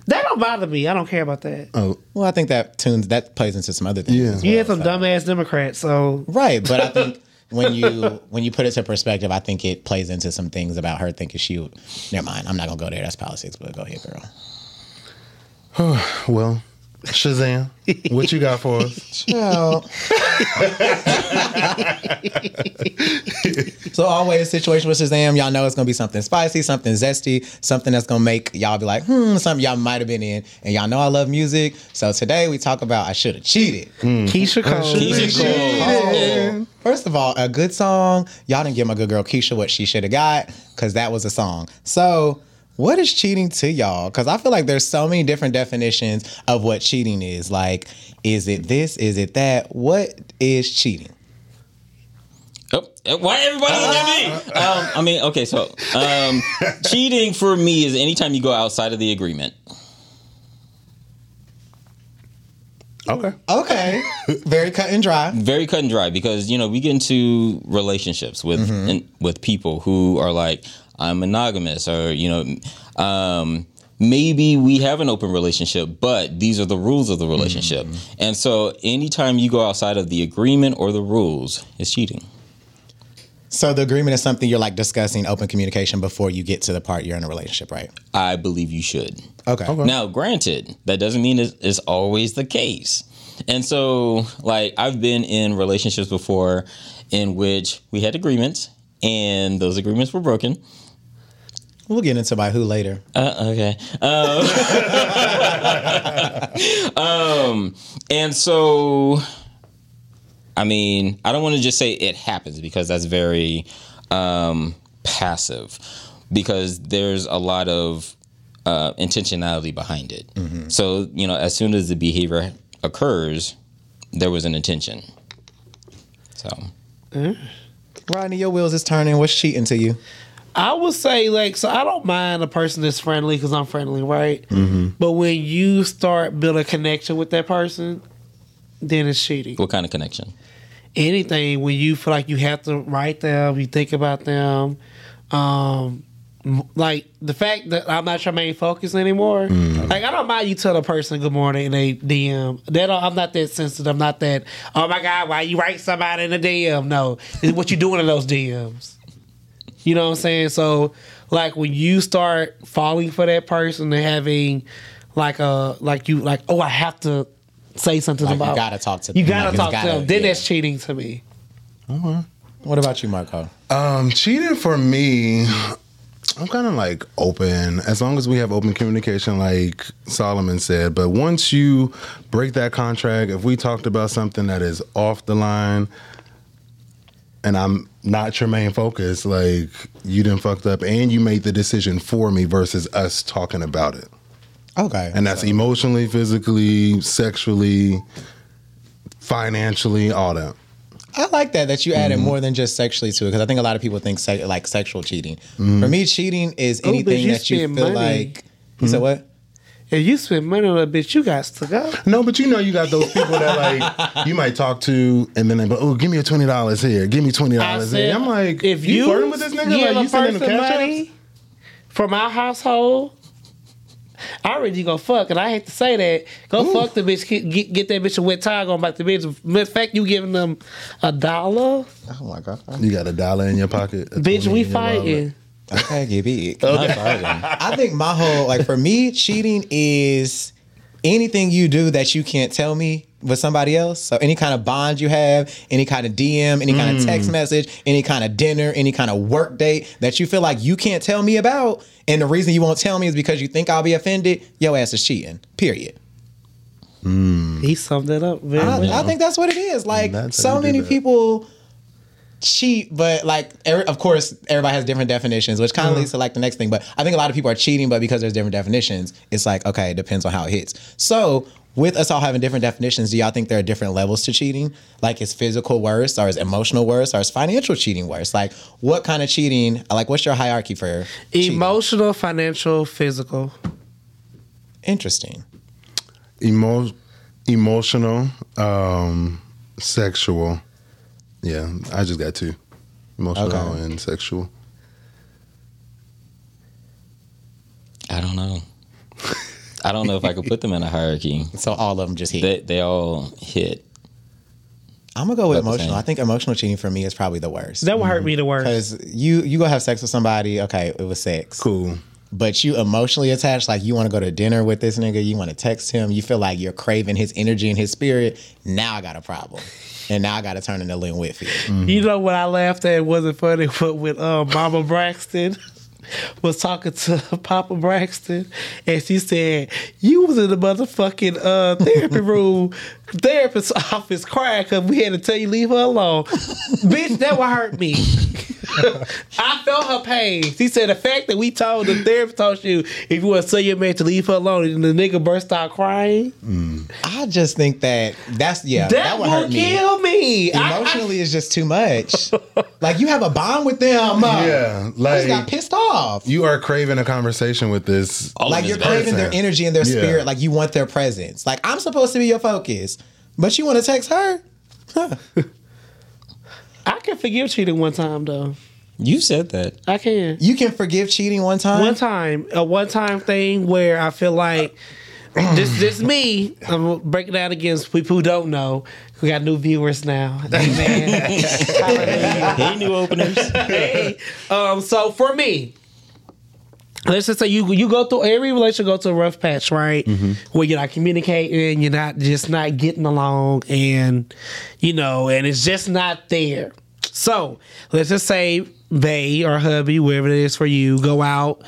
That don't bother me. I don't care about that.
Oh,
Well, I think that tunes that plays into some other things.
Yeah.
as
You
well,
had some
so-
dumbass Democrats, so
Right, but I think when you when you put it to perspective, I think it plays into some things about her thinking she. would- Never mind. I'm not gonna go there. That's politics. But go ahead, girl.
well, Shazam, what you got for us?
so always situation with Shazam, y'all know it's gonna be something spicy, something zesty, something that's gonna make y'all be like, hmm, something y'all might have been in. And y'all know I love music. So today we talk about I should have cheated.
Mm-hmm. Keisha Cole.
Keisha Cole.
First of all, a good song. Y'all didn't give my good girl Keisha what she should have got because that was a song. So, what is cheating to y'all? Because I feel like there's so many different definitions of what cheating is. Like, is it this? Is it that? What is cheating?
Oh, eh, why everybody look at me? Um, I mean, okay, so um, cheating for me is anytime you go outside of the agreement.
Okay.
Okay, very cut and dry.
very cut and dry because you know we get into relationships with and, with people who are like I'm monogamous or you know um, maybe we have an open relationship but these are the rules of the relationship and so anytime you go outside of the agreement or the rules it's cheating
So the agreement is something you're like discussing open communication before you get to the part you're in a relationship, right?
I believe you should.
Okay.
Now, granted, that doesn't mean it's, it's always the case. And so, like, I've been in relationships before in which we had agreements and those agreements were broken.
We'll get into by who later.
Uh, okay. Um, um, and so, I mean, I don't want to just say it happens because that's very um, passive, because there's a lot of uh, intentionality behind it. So, you know, as soon as the behavior occurs, there was an intention. So,
Rodney, your wheels is turning. What's cheating to you?
I would say like so I don't mind a person that's friendly because I'm friendly, right? But when you start building a connection with that person, then it's cheating.
what kind of connection?
Anything when you feel like you have to write them, you think about them, um, m- like the fact that I'm not your main focus anymore. Like I don't mind you tell a person good morning and they DM. That don't- I'm not that sensitive. I'm not that. Oh my god, why you write somebody in a DM? No, it's what you doing in those DMs. You know what I'm saying? So like when you start falling for that person and having like a like you like oh I have to say something
Like, you
about
gotta talk to
you
them.
gotta
Like, you
talk
gotta-
to them then
yeah.
that's cheating to me
What about you, Marco?
Um, cheating for me, I'm kind of like open as long as we have open communication, like Solomon said. But once you break that contract, if we talked about something that is off the line, and I'm not your main focus, like you didn't fucked up, and you made the decision for me versus us talking about it,
Okay.
and that's emotionally, physically, sexually, financially, all that.
I like that that you added more than just sexually to it because I think a lot of people think se- like sexual cheating. For me, cheating is
Oh, but
anything
you
that you feel
spend money.
like. You said what?
if you spend money on a bitch you got to go
No, but you know you got those people that like you might talk to, and then they go, "Oh, give me a twenty dollars here, give me twenty dollars here." I'm like,
if
you,
you
flirting with this nigga,
give
like
a
you sending him
person
cash
money
apps?
from our household I already go fuck, and I hate to say that. Go fuck the bitch. Get, get- get that bitch a wet towel going back the bitch. In fact, you giving them a dollar,
Oh my god!
You got a dollar in your pocket, a
bitch.
20
We
in your wallet.
fighting.
Okay, give it.
Not fighting.
I think my whole like for me, cheating is anything you do that you can't tell me with somebody else. So any kind of bond you have, any kind of DM, any kind of text message, any kind of dinner, any kind of work date that you feel like you can't tell me about, and the reason you won't tell me is because you think I'll be offended. Your ass is cheating. Period.
He summed it up. Very well.
I, I think that's what it is. Like
That's how you
so
do
many
that.
people cheat, but like every, of course everybody has different definitions, which kind of leads to like the next thing. But I think a lot of people are cheating, but because there's different definitions, it's like okay, it depends on how it hits. So. With us all having different definitions, do y'all think there are different levels to cheating? Like, is physical worse, or is emotional worse, or is financial cheating worse? Like, what kind of cheating? Like, what's your hierarchy for cheating?
Emotional, financial, physical.
Interesting.
Emo- emotional, um, sexual. Yeah, I just got two, emotional
Okay.
and sexual.
I don't know. I don't know if I could put them in a hierarchy.
So all of them just hit.
They, they all hit.
I'm gonna go with
About the
emotional.
same.
I think emotional cheating for me is probably the worst.
That would hurt me the worst.
Because you you go have sex with somebody, okay, it was sex,
Cool.
but you emotionally attached, like you want to go to dinner with this nigga, you want to text him, you feel like you're craving his energy and his spirit. Now I got a problem, and now I got to turn into Lynn Whitfield.
You know what I laughed at? It wasn't funny, but when uh, Mama Braxton was talking to Papa Braxton, and she said, "You was in the motherfucking uh, therapy room, therapist's office, crying because we had to tell you leave her alone, bitch. That would hurt me." I felt her pain. She said the fact that we told the therapist told you if you want to tell your man to leave her alone, and the nigga burst out crying.
I just think that that's yeah, that,
That,
would hurt
will
me.
kill me. I- I-
Emotionally, it's just too much. like you have a bond with them. uh,
Yeah,
I just got
like
pissed off.
you are craving a conversation with this.
All
like
of
you're
it's bad.
craving their
person.
energy and their
Yeah.
spirit. Like you want their presence. Like I'm supposed to be your focus, but you want to text her.
I can forgive cheating one time though.
You said that.
I can.
You can forgive cheating one time.
One time, a one time thing where I feel like this this me. I'm gonna break it down again so people who don't know. We got new viewers now. Amen.
Hey, new openers.
hey. Um, so for me, let's just say you you go through every relationship go through a rough patch, right? Where you're not communicating, you're not just not getting along, and you know, and it's just not there. So let's just say they or hubby, whoever it is for you, go out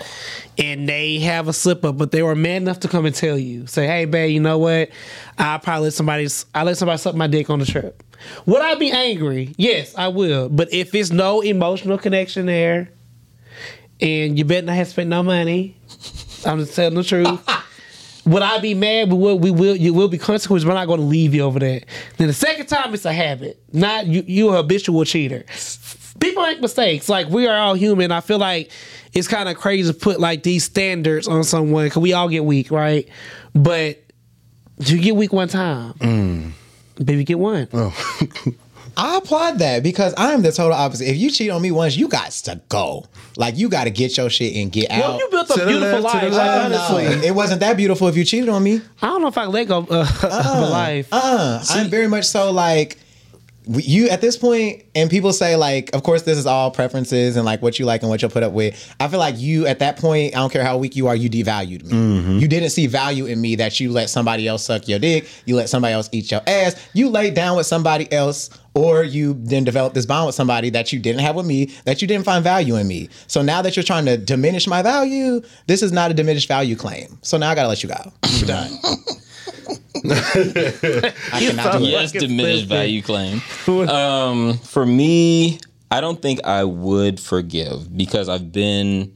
and they have a slip up, but they were man enough to come and tell you, say, "Hey, babe, you know what? I probably let somebody I let somebody suck my dick on the trip." Would I be angry? Yes, I will. But if it's no emotional connection there, and you bet not have spent no money. I'm just telling the truth. Would I be mad? But will, we will. You will be consequences. We're not going to leave you over that. Then the second time, it's a habit. Not you. You a habitual cheater. People make mistakes. Like we are all human. I feel like it's kind of crazy to put like these standards on someone because we all get weak, right? But you get weak one time,
Mm.
baby, get one.
Oh.
I applaud that because I am the total opposite. If you cheat on me once, you got to go. Like you got to get your shit and get out.
Well, you built a
To the
beautiful
left, to the
life.
left.
Uh, no. it wasn't that beautiful if you cheated on me.
I don't know if I can let go of, uh, of
Uh-uh.
a life.
Uh, I'm very much so like w- you at this point, and people say like, of course, this is all preferences and like what you like and what you'll put up with. I feel like you at that point, I don't care how weak you are, you devalued me. You didn't see value in me that you let somebody else suck your dick, you let somebody else eat your ass, you laid down with somebody else, or you then developed this bond with somebody that you didn't have with me, that you didn't find value in me. So now that you're trying to diminish my value, this is not a diminished value claim. So now I gotta let you go. You're done. I cannot do it.
yes,
Fucking
diminished
filthy.
value claim. Um, for me, I don't think I would forgive because I've been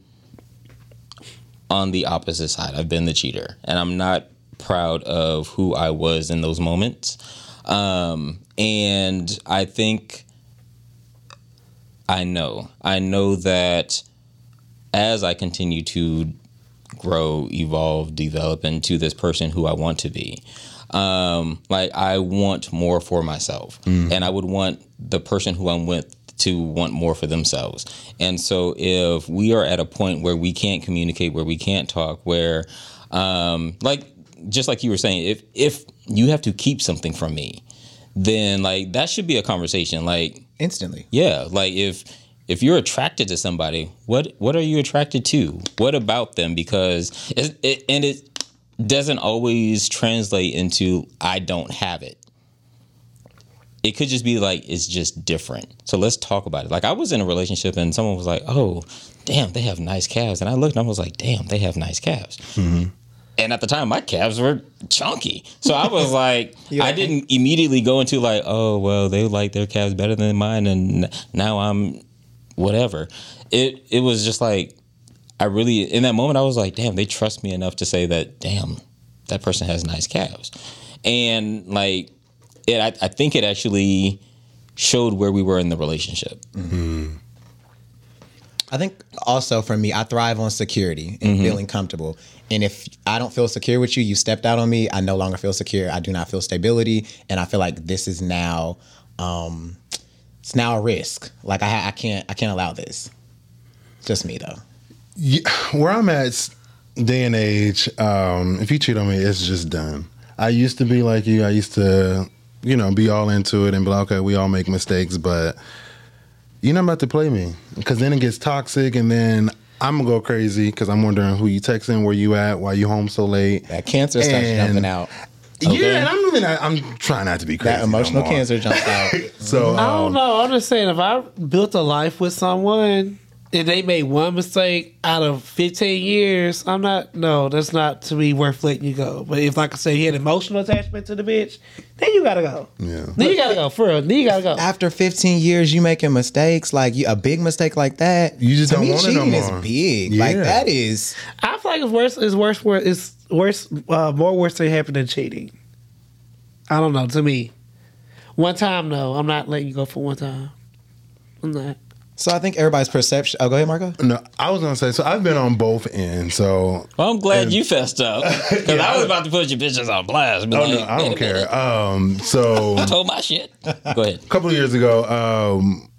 on the opposite side. I've been the cheater, and I'm not proud of who I was in those moments. Um, and I think I know. I know that as I continue to grow, evolve, develop into this person who I want to be. Um, like I want more for myself, and I would want the person who I'm with to want more for themselves. And so, if we are at a point where we can't communicate, where we can't talk, where, um, like, just like you were saying, if if you have to keep something from me, then like that should be a conversation. Like,
instantly.
yeah, like if if you're attracted to somebody, what what are you attracted to? What about them? Because it, it and it doesn't always translate into I don't have it. It could just be like it's just different. So let's talk about it. Like I was in a relationship and someone was like, "Oh, damn, they have nice calves," and I looked and I was like, "Damn, they have nice calves." And at the time, my calves were chunky, so I was like, I didn't immediately go into like, "Oh, well, they like their calves better than mine," and now I'm whatever. It it was just like I really in that moment I was like, damn, they trust me enough to say that, damn, that person has nice calves. And like it I, I think it actually showed where we were in the relationship.
I think also for me, I thrive on security and feeling comfortable. And if I don't feel secure with you, you stepped out on me, I no longer feel secure. I do not feel stability. And I feel like this is now, um, it's now a risk. Like I, ha- I can't, I can't allow this. Just me though.
Yeah, where I'm at s- day and age, um, if you cheat on me, it's just done. I used to be like you. I used to, you know, be all into it and be like, okay, we all make mistakes, but you're not about to play me because then it gets toxic, and then I'm gonna go crazy because I'm wondering who you texting, where you at, why you home so late.
That cancer stuff
And-
jumping out.
Yeah, and I'm really not, I'm trying not to be crazy.
That
no
emotional
more.
cancer jumps out.
So
I don't
um,
know. I'm just saying, if I built a life with someone and they made one mistake out of 15 years, I'm not. No, that's not to me worth letting you go. But if, like I said, he had emotional attachment to the bitch, then you gotta go.
Yeah.
Then you gotta go for real. Then you gotta go.
After 15 years, you making mistakes like you, a big mistake like that.
You just
to
don't
me,
want it no
cheating is
more.
big. Like
Yeah.
that is.
I feel like it's worse. It's worse. Where it's worse. Uh, more worse thing happened than cheating. I don't know. To me, one time no, I'm not letting you go for one time. I'm not.
So I think everybody's perception. Oh, go ahead, Marco.
no, I was gonna say. So I've been on both ends. So
Well, I'm glad you fessed up because I was about to put your bitches on blast. Be
oh
like,
no, I
wait
don't
a minute,
care. Um, so
I told my shit. Go ahead.
couple of years ago, um,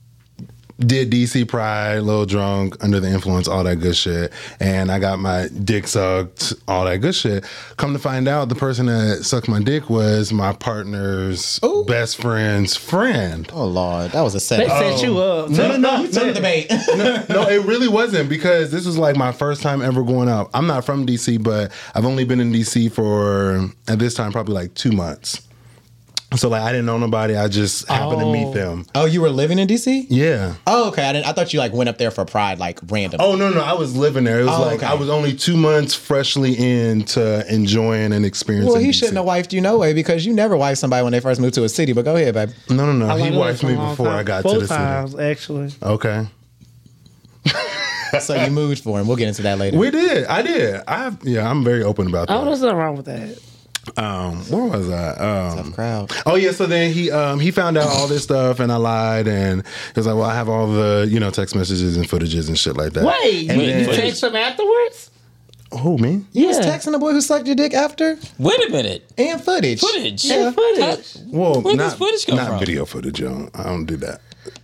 did DC Pride, a little drunk, under the influence, all that good shit. And I got my dick sucked, all that good shit. Come to find out, the person that sucked my dick was my partner's best friend's friend.
Oh lord, that was a
They
set.
set
Oh.
you up.
no, no,
You
no,
said-
the debate.
no, it really wasn't because this was like my first time ever going out. I'm not from DC, but I've only been in DC for at this time probably like two months. So like I didn't know nobody. I just happened
Oh.
to meet them.
oh, you were living in DC?
Yeah.
Oh, okay. I didn't. I thought you like went up there for Pride, like random.
Oh no no! I was living there. It was
Oh,
like
okay.
I was only two months freshly into enjoying and experiencing.
well, he
DC.
shouldn't have wifed you no way because you never wife somebody when they first move to a city. But go ahead, babe.
No no no!
I
He
learned
wifed
that
me
for a long
before
time.
I got
Four
to the city.
times, actually.
Okay.
so you moved for him. We'll get into that later.
We did. I did. I yeah. I'm very open about
Oh,
that.
there's nothing wrong with that.
Um, where was I? Um,
crowd.
Oh yeah, so then he um he found out all this stuff and I lied and he was like, Well, I have all the, you know, text messages and footages and shit like that.
Wait,
And
you
then-
text him afterwards?
Who, me?
You was
Yeah.
texting the boy who sucked your dick after
Wait a minute.
and footage.
Footage.
Yeah, footage.
How-
Well,
Where does
not,
footage come
not
from?
video footage, I don't, I don't do that.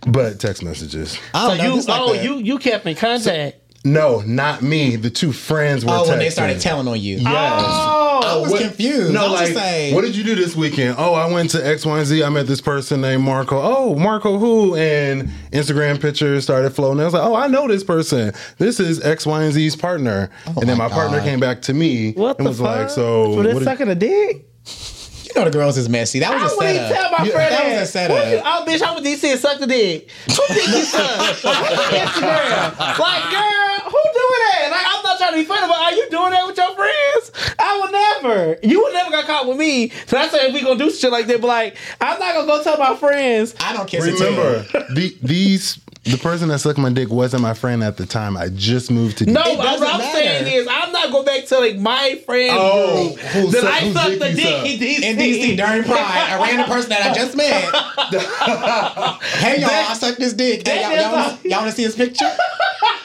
But text messages.
I
So
don't know.
you,
this like
oh,
the-
you, you kept in contact.
No, not me. The two friends were
Oh,
texting.
when they started telling on you.
Yes.
I
Oh,
was confused.
No,
I was
like,
just saying.
what did you do this weekend? Oh, I went to X, Y, and Z. I met this person named Marco. Oh, Marco who? And Instagram pictures started flowing. I was like, oh, I know this person. This is X, Y, and Z's partner. and then
Oh my
my partner
God.
came back to me
what
and
the
was
fuck?
like, so
for
what
this
did-
sucking a dick?
you know the girls is messy. That
I
was a
wouldn't even tell
setup.
my
Yeah,
friend
that was a setup.
What you- oh, bitch, I was DC and sucked a dick. Who did you suck? What's your Instagram? Like, girl, who doing that? Like, I'm not trying to be funny, but are you doing that with your friends? I would never. You would never got caught with me. So I said, if we gonna do shit like that, but like, I'm not gonna go tell my friends.
I don't kiss
Remember,
a tell.
the, these the person that sucked my dick wasn't my friend at the time. I just moved to
No,
DC.
what
doesn't
I'm
matter.
saying is, I'm not going back telling my friend
Oh,
group
who
that
suck-
I
who
sucked
dick
the
you
dick
suck?
in DC.
In DC during Pride, a random person that I just met. hey y'all, I sucked this dick. Hey,
that
y'all, y'all,
is
wanna, y'all wanna see his picture?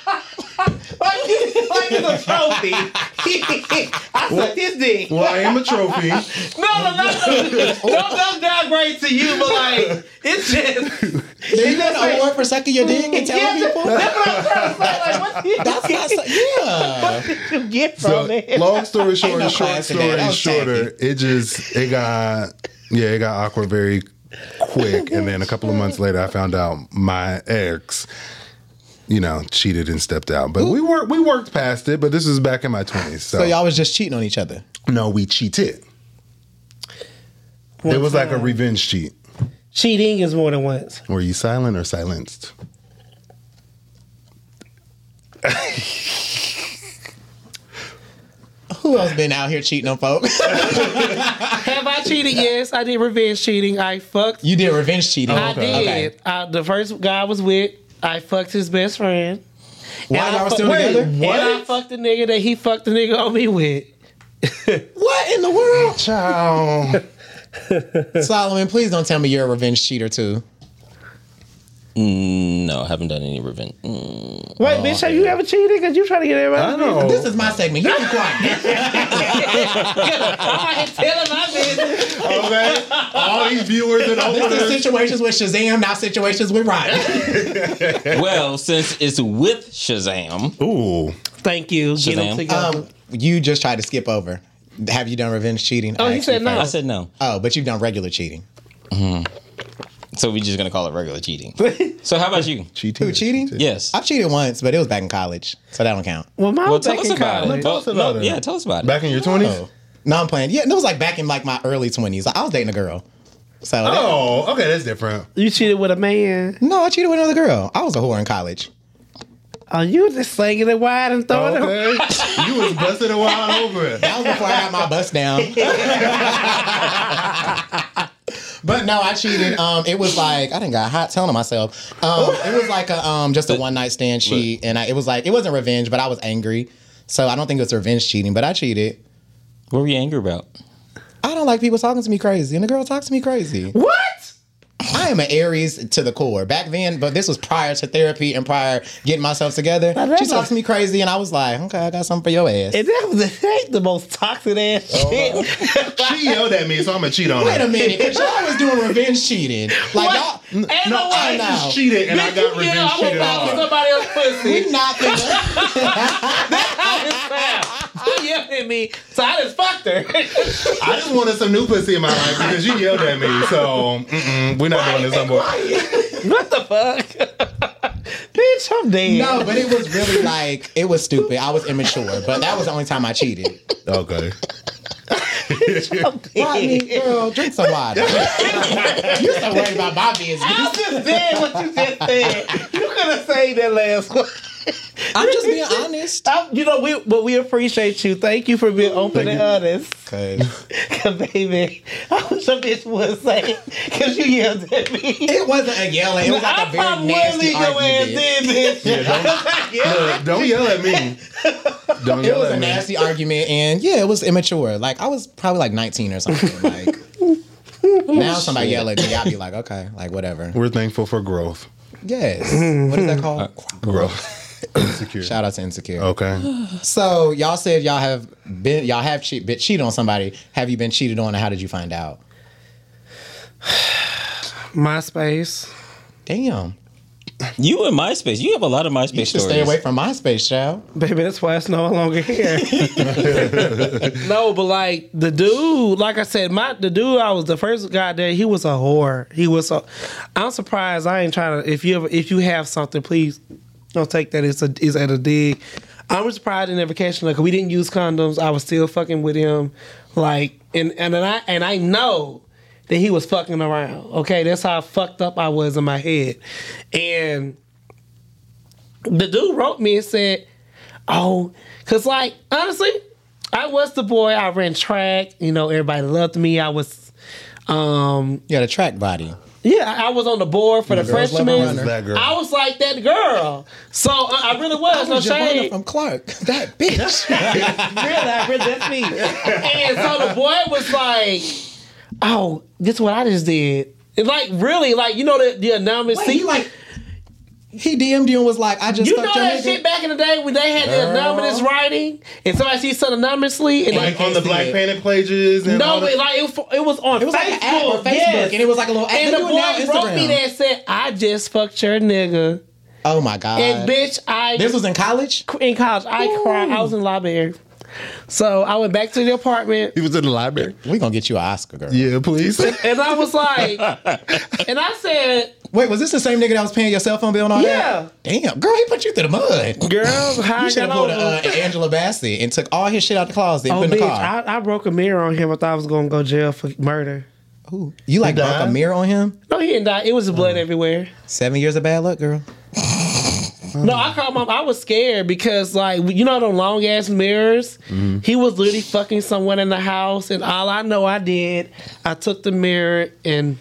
Like, it's- like it's a trophy. I sucked his dick.
Well, I am a trophy.
No, no, no, no. Don't, don't downgrade to you, but like, it's just.
Did you
just
get an
like-
award for sucking your dick and telling
Yeah,
people?
That's what I'm trying to say. Like, what did you
That's not
get?
su- yeah.
What did you get from
So,
it?
long story short,
Ain't no
short
class in that. That
story
was
shorter, it just it got yeah, it got awkward very quick. And then a couple of months later I found out my ex, you know, cheated and stepped out. But we worked we worked past it, but this was back in my twenties. So,
So y'all was just cheating on each other.
No, we cheated. it was like a revenge cheat.
Cheating is more than once.
Were you silent or silenced?
Who else been out here cheating on folks?
Have I cheated? Yes, I did revenge cheating. I fucked.
you did revenge cheating.
Oh,
I did.
Okay.
I, the first guy I was with, I fucked his best friend.
Why
And I
y'all
fu-
still
wait,
together?
And I fucked the nigga that he fucked the nigga on me with.
What in the world?
Ciao.
Solomon, please don't tell me you're a revenge cheater too.
Mm, No, I haven't done any revenge. Mm.
Wait, bitch, have you ever cheated? Cause you trying to get everybody.
I know.
This is my segment. You be quiet.
I'm out here telling my business.
Okay. All these viewers and
this is
openers.
situations with Shazam, not situations with Rodney.
well, since it's with Shazam,
Ooh.
Thank you. Get them
Shazam.
together.
Um, you just tried to skip over. Have you done revenge cheating?
oh,
I
he
actually
said no.
I said no.
forgot. Oh, but you've done regular cheating.
So we're just gonna call it regular cheating. so how about you?
Cheating.
Who, cheating?
Yes.
I've cheated once, but it was back in college, so that don't count.
well, my
well, tell us about it.
Tell us
Well,
about
no,
it.
Yeah, tell us about it.
Back in your twenties?
Oh. No, I'm playing. Yeah, and it was like back in like my early 20s. Like, I was dating a girl, so that-
Oh, okay, that's different.
You cheated with a man.
no, I cheated with another girl. I was a whore in college.
Oh, you just slinging it wide and throwing it.
Okay. you was busting a wide over it.
That was before I got my bus down. but no, I cheated. Um, it was like I didn't got hot telling myself. Um, it was like a um, just a one night stand cheat, and I, it was like it wasn't revenge, but I was angry. So I don't think it was revenge cheating, but I cheated.
What were you angry about?
I don't like people talking to me crazy, and the girl talks to me crazy.
What?
I am an Aries to the core. Back then, but this was prior to therapy and prior getting myself together.
that's
She
a-
talked to me crazy, and I was like, okay, I got something for your ass.
And that, was, that ain't the most toxic ass shit.
She yelled at me, so I'm gonna cheat on
Wait a
her.
minute, because y'all was doing revenge cheating. Like,
What?
y'all,
Ain't no
I
way.
know.
Cheated and I
Bitch,
got
you yell,
revenge
I
cheated
went out with
on.
somebody else's pussy.
we not gonna.
She yelled at me, so I just fucked her.
I just wanted some new pussy in my life because you yelled at me. So mm-mm, we're not doing this anymore.
what the fuck? Bitch, I'm dead.
No, but it was really like it was stupid. I was immature, but that was the only time I cheated.
Okay.
I'm dead.
Rodney, girl, drink some water. You're so worried about my business.
I just said what you just said. You could have said that last one.
I'm just being honest.
Stop. You know, we but we appreciate you. Thank you for being open and honest.
Cause
Cause baby, I wish a bitch would say cause you yelled at me.
it wasn't a yelling. It was like a very
probably would
nasty
leave your ass
argument.
in, bitch.
Look, don't yell at me. Don't
It
yell
was a
at me.
nasty argument, and yeah, it was immature. Like I was probably like 19 or something. Like now, somebody yell at me, I'll be like, okay, like whatever.
We're thankful for growth.
Yes. What is that called?
Growth. Insecure.
Shout out to Insecure.
Okay.
So y'all said y'all have been y'all have cheat been cheated on somebody. Have you been cheated on and how did you find out?
MySpace.
Damn.
You in MySpace. You have a lot of MySpace
You should
stories.
stay away from MySpace, child.
Baby, that's why it's no longer here. no, but like the dude, like I said, my the dude I was the first guy there, he was a whore. He was so I'm surprised I ain't trying to if you ever if you have something, please don't take that it's a it's at a dig. I'm surprised in that vacation like we didn't use condoms. I was still fucking with him. Like and and then I and I know that he was fucking around. Okay, that's how fucked up I was in my head. And the dude wrote me and said, Oh, because, like, honestly, I was the boy. I ran track. You know, everybody loved me. I was, um,
You had a track body.
yeah, I I was on the board for the
girls love a
freshmen.
runner.
That girl.
I was like that girl. So I, I really was. no shade.
from Clark. That bitch.
Really, I really, that's me. And so the boy was like, oh, guess what I just did? And like, really, like, you know, the, the anonymous.
See, like he DM'd you and was like, I just
You know
fucked your
that
nigga.
shit back in the day when they had the
Girl.
anonymous writing and somebody sees something anonymously and
Like
they,
on the
see
Black
it.
Panic pages and all
no,
the-
but like it was, it was on
It was
Facebook,
like an ad on Facebook,
yes.
and it was like a little ad.
And
They
the
do it now
boy
on
wrote me
Instagram.
that said, "I just fucked your nigga,"
Oh my god.
and bitch, I
this was in college?
in college. I cried. I was in library, so I went back to the apartment.
he was in the library.
We gonna get you an Oscar, girl.
Yeah, please.
And I was like, and I said,
Wait, was this the same nigga that was paying your cell phone bill and all
Yeah.
that? Damn, girl, he put you through the mud.
"Girl, how
You
I
should
got
have pulled
over."
a, uh, an Angela Bassett and took all his shit out the closet and
oh,
put in
bitch!
the car.
I, I broke a mirror on him. I thought I was gonna go jail for murder.
you like broke a
died?
mirror on him?
No, he didn't die. It was
Mm.
blood everywhere.
Seven years of bad luck, girl.
No, I called my. I was scared because, like, you know, the long ass mirrors. He was literally fucking someone in the house, and all I know I did, I took the mirror and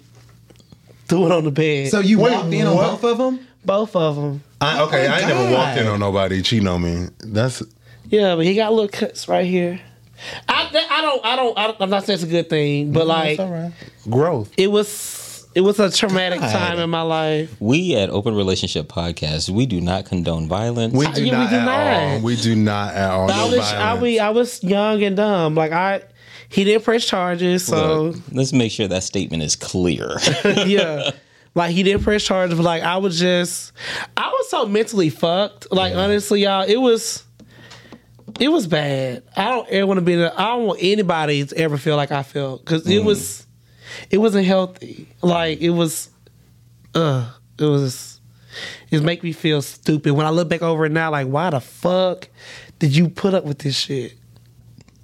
threw it on the bed.
So you
Wait,
walked in on
what?
both of them?
both of them.
I, okay,
Oh my
I ain't never
God.
walked in on nobody cheating on me. That's
Yeah, but he got little cuts right here. I, that- I don't. I don't. I don't I'm not saying it's a good thing, but like,
growth.
it was. It was a traumatic
God.
time in my life.
We at Open Relationship Podcast, we do not condone violence.
We do
Yeah, we
not
do
at
not.
all. We do not at all.
I
No
was. I,
violence.
we, I was young and dumb. Like I. He didn't press charges, so.
Look, let's make sure that statement is clear.
yeah. Like he didn't press charges, but like I was just I was so mentally fucked. Like honestly, y'all, it was it was bad. I don't ever want to be in a, I don't want anybody to ever feel like I felt because it was it wasn't healthy. Like it was uh it was it make me feel stupid. When I look back over it now, like why the fuck did you put up with this shit?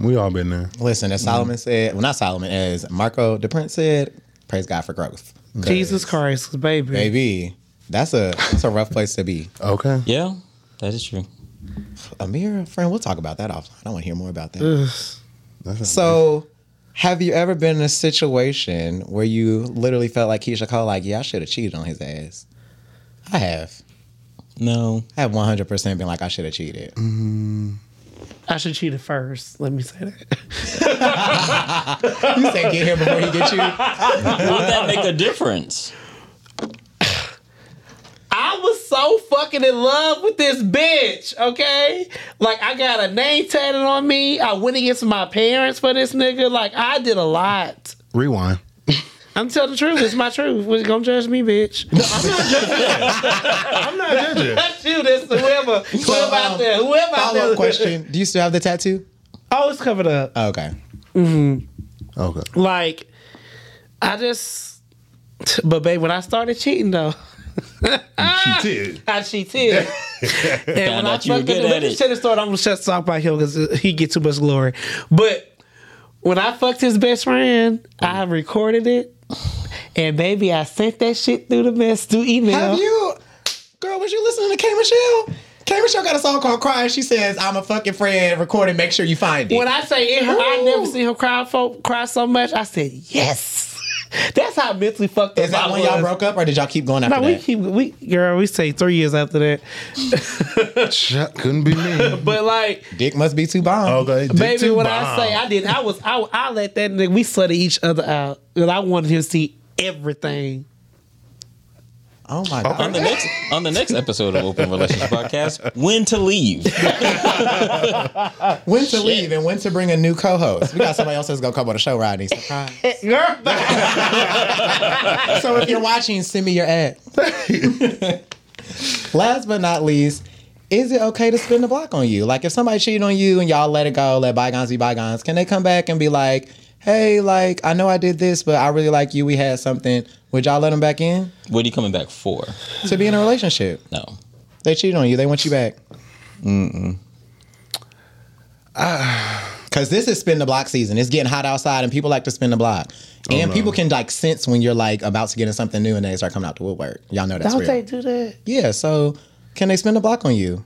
we all been there.
Listen, as Solomon said, well, not Solomon, as Marco DePrince said, praise God for growth.
Jesus Christ, baby.
Baby, that's a that's a rough place to be.
Okay.
yeah, that is true.
Amira, friend, we'll talk about that offline. I want to hear more about that.
Ugh.
So, have you ever been in a situation where you literally felt like Keisha Cole, like, yeah, I should have cheated on his ass? I have.
No.
I have 100% been like, I should have cheated.
I should cheat it first. Let me say that.
You said get here before he get you.
Would that make a difference?
so fucking in love with this bitch, okay? Like, I got a name tatted on me. I went against my parents for this nigga. Like, I did a lot.
Rewind.
I'm telling the truth. It's my truth. Well, Don't judge me, bitch.
I'm not judging. um,
Not you. That's whoever. Whoever out there. Whoever out
Follow
there.
up question: Do you still have the tattoo?
Oh, it's covered up.
Oh, okay.
Okay.
Like, I just. But babe, when I started cheating though,
She did.
I cheated. and when
Found
I
out you were
fucked
good
up,
at
let me
it.
tell the story. I'm gonna shut talk about him because he get too much glory. But when I fucked his best friend, I recorded it, and baby, I sent that shit through the mess through email.
Have you, girl? Was you listening to K Michelle? K Michelle got a song called "Cry." She says, "I'm a fucking friend." Record it. Make sure you find it.
When I say it, hurt, I never seen her cry for, cry so much. I said yes. That's how mentally fucked up.
Is that
I
when y'all
was.
broke up, or did y'all keep going after
No, we
that?
keep we girl. We say three years after that,
Shut- Couldn't be me.
but like.
Dick must be too bomb.
Okay. dick
Baby,
to
when I
bomb.
say I did, I was I, I let that nigga. We slutted each other out, and I wanted him to see everything.
Oh my god.
On the next on the next episode of Open Relations Podcast, when to leave.
When to leave and when to bring a new co-host. We got somebody else that's gonna come on the show, Rodney. Surprise.
Girl,
so if you're watching, send me your ad. Last but not least, is it okay to spin the block on you? Like if somebody cheated on you and y'all let it go, let bygones be bygones, can they come back and be like, hey, like I know I did this, but I really like you. We had something. Would y'all let them back in
What are you coming back for?
to be in a relationship?
No.
They cheated on you. They want you back. Mm-mm. Because this is spin the block season. It's getting hot outside, and people like to spin the block.
Oh,
and people can like sense when you're like about to get in something new, and they start coming out the woodwork. Y'all know that's
don't
real.
they do that?
Yeah. So can they spin the block on you?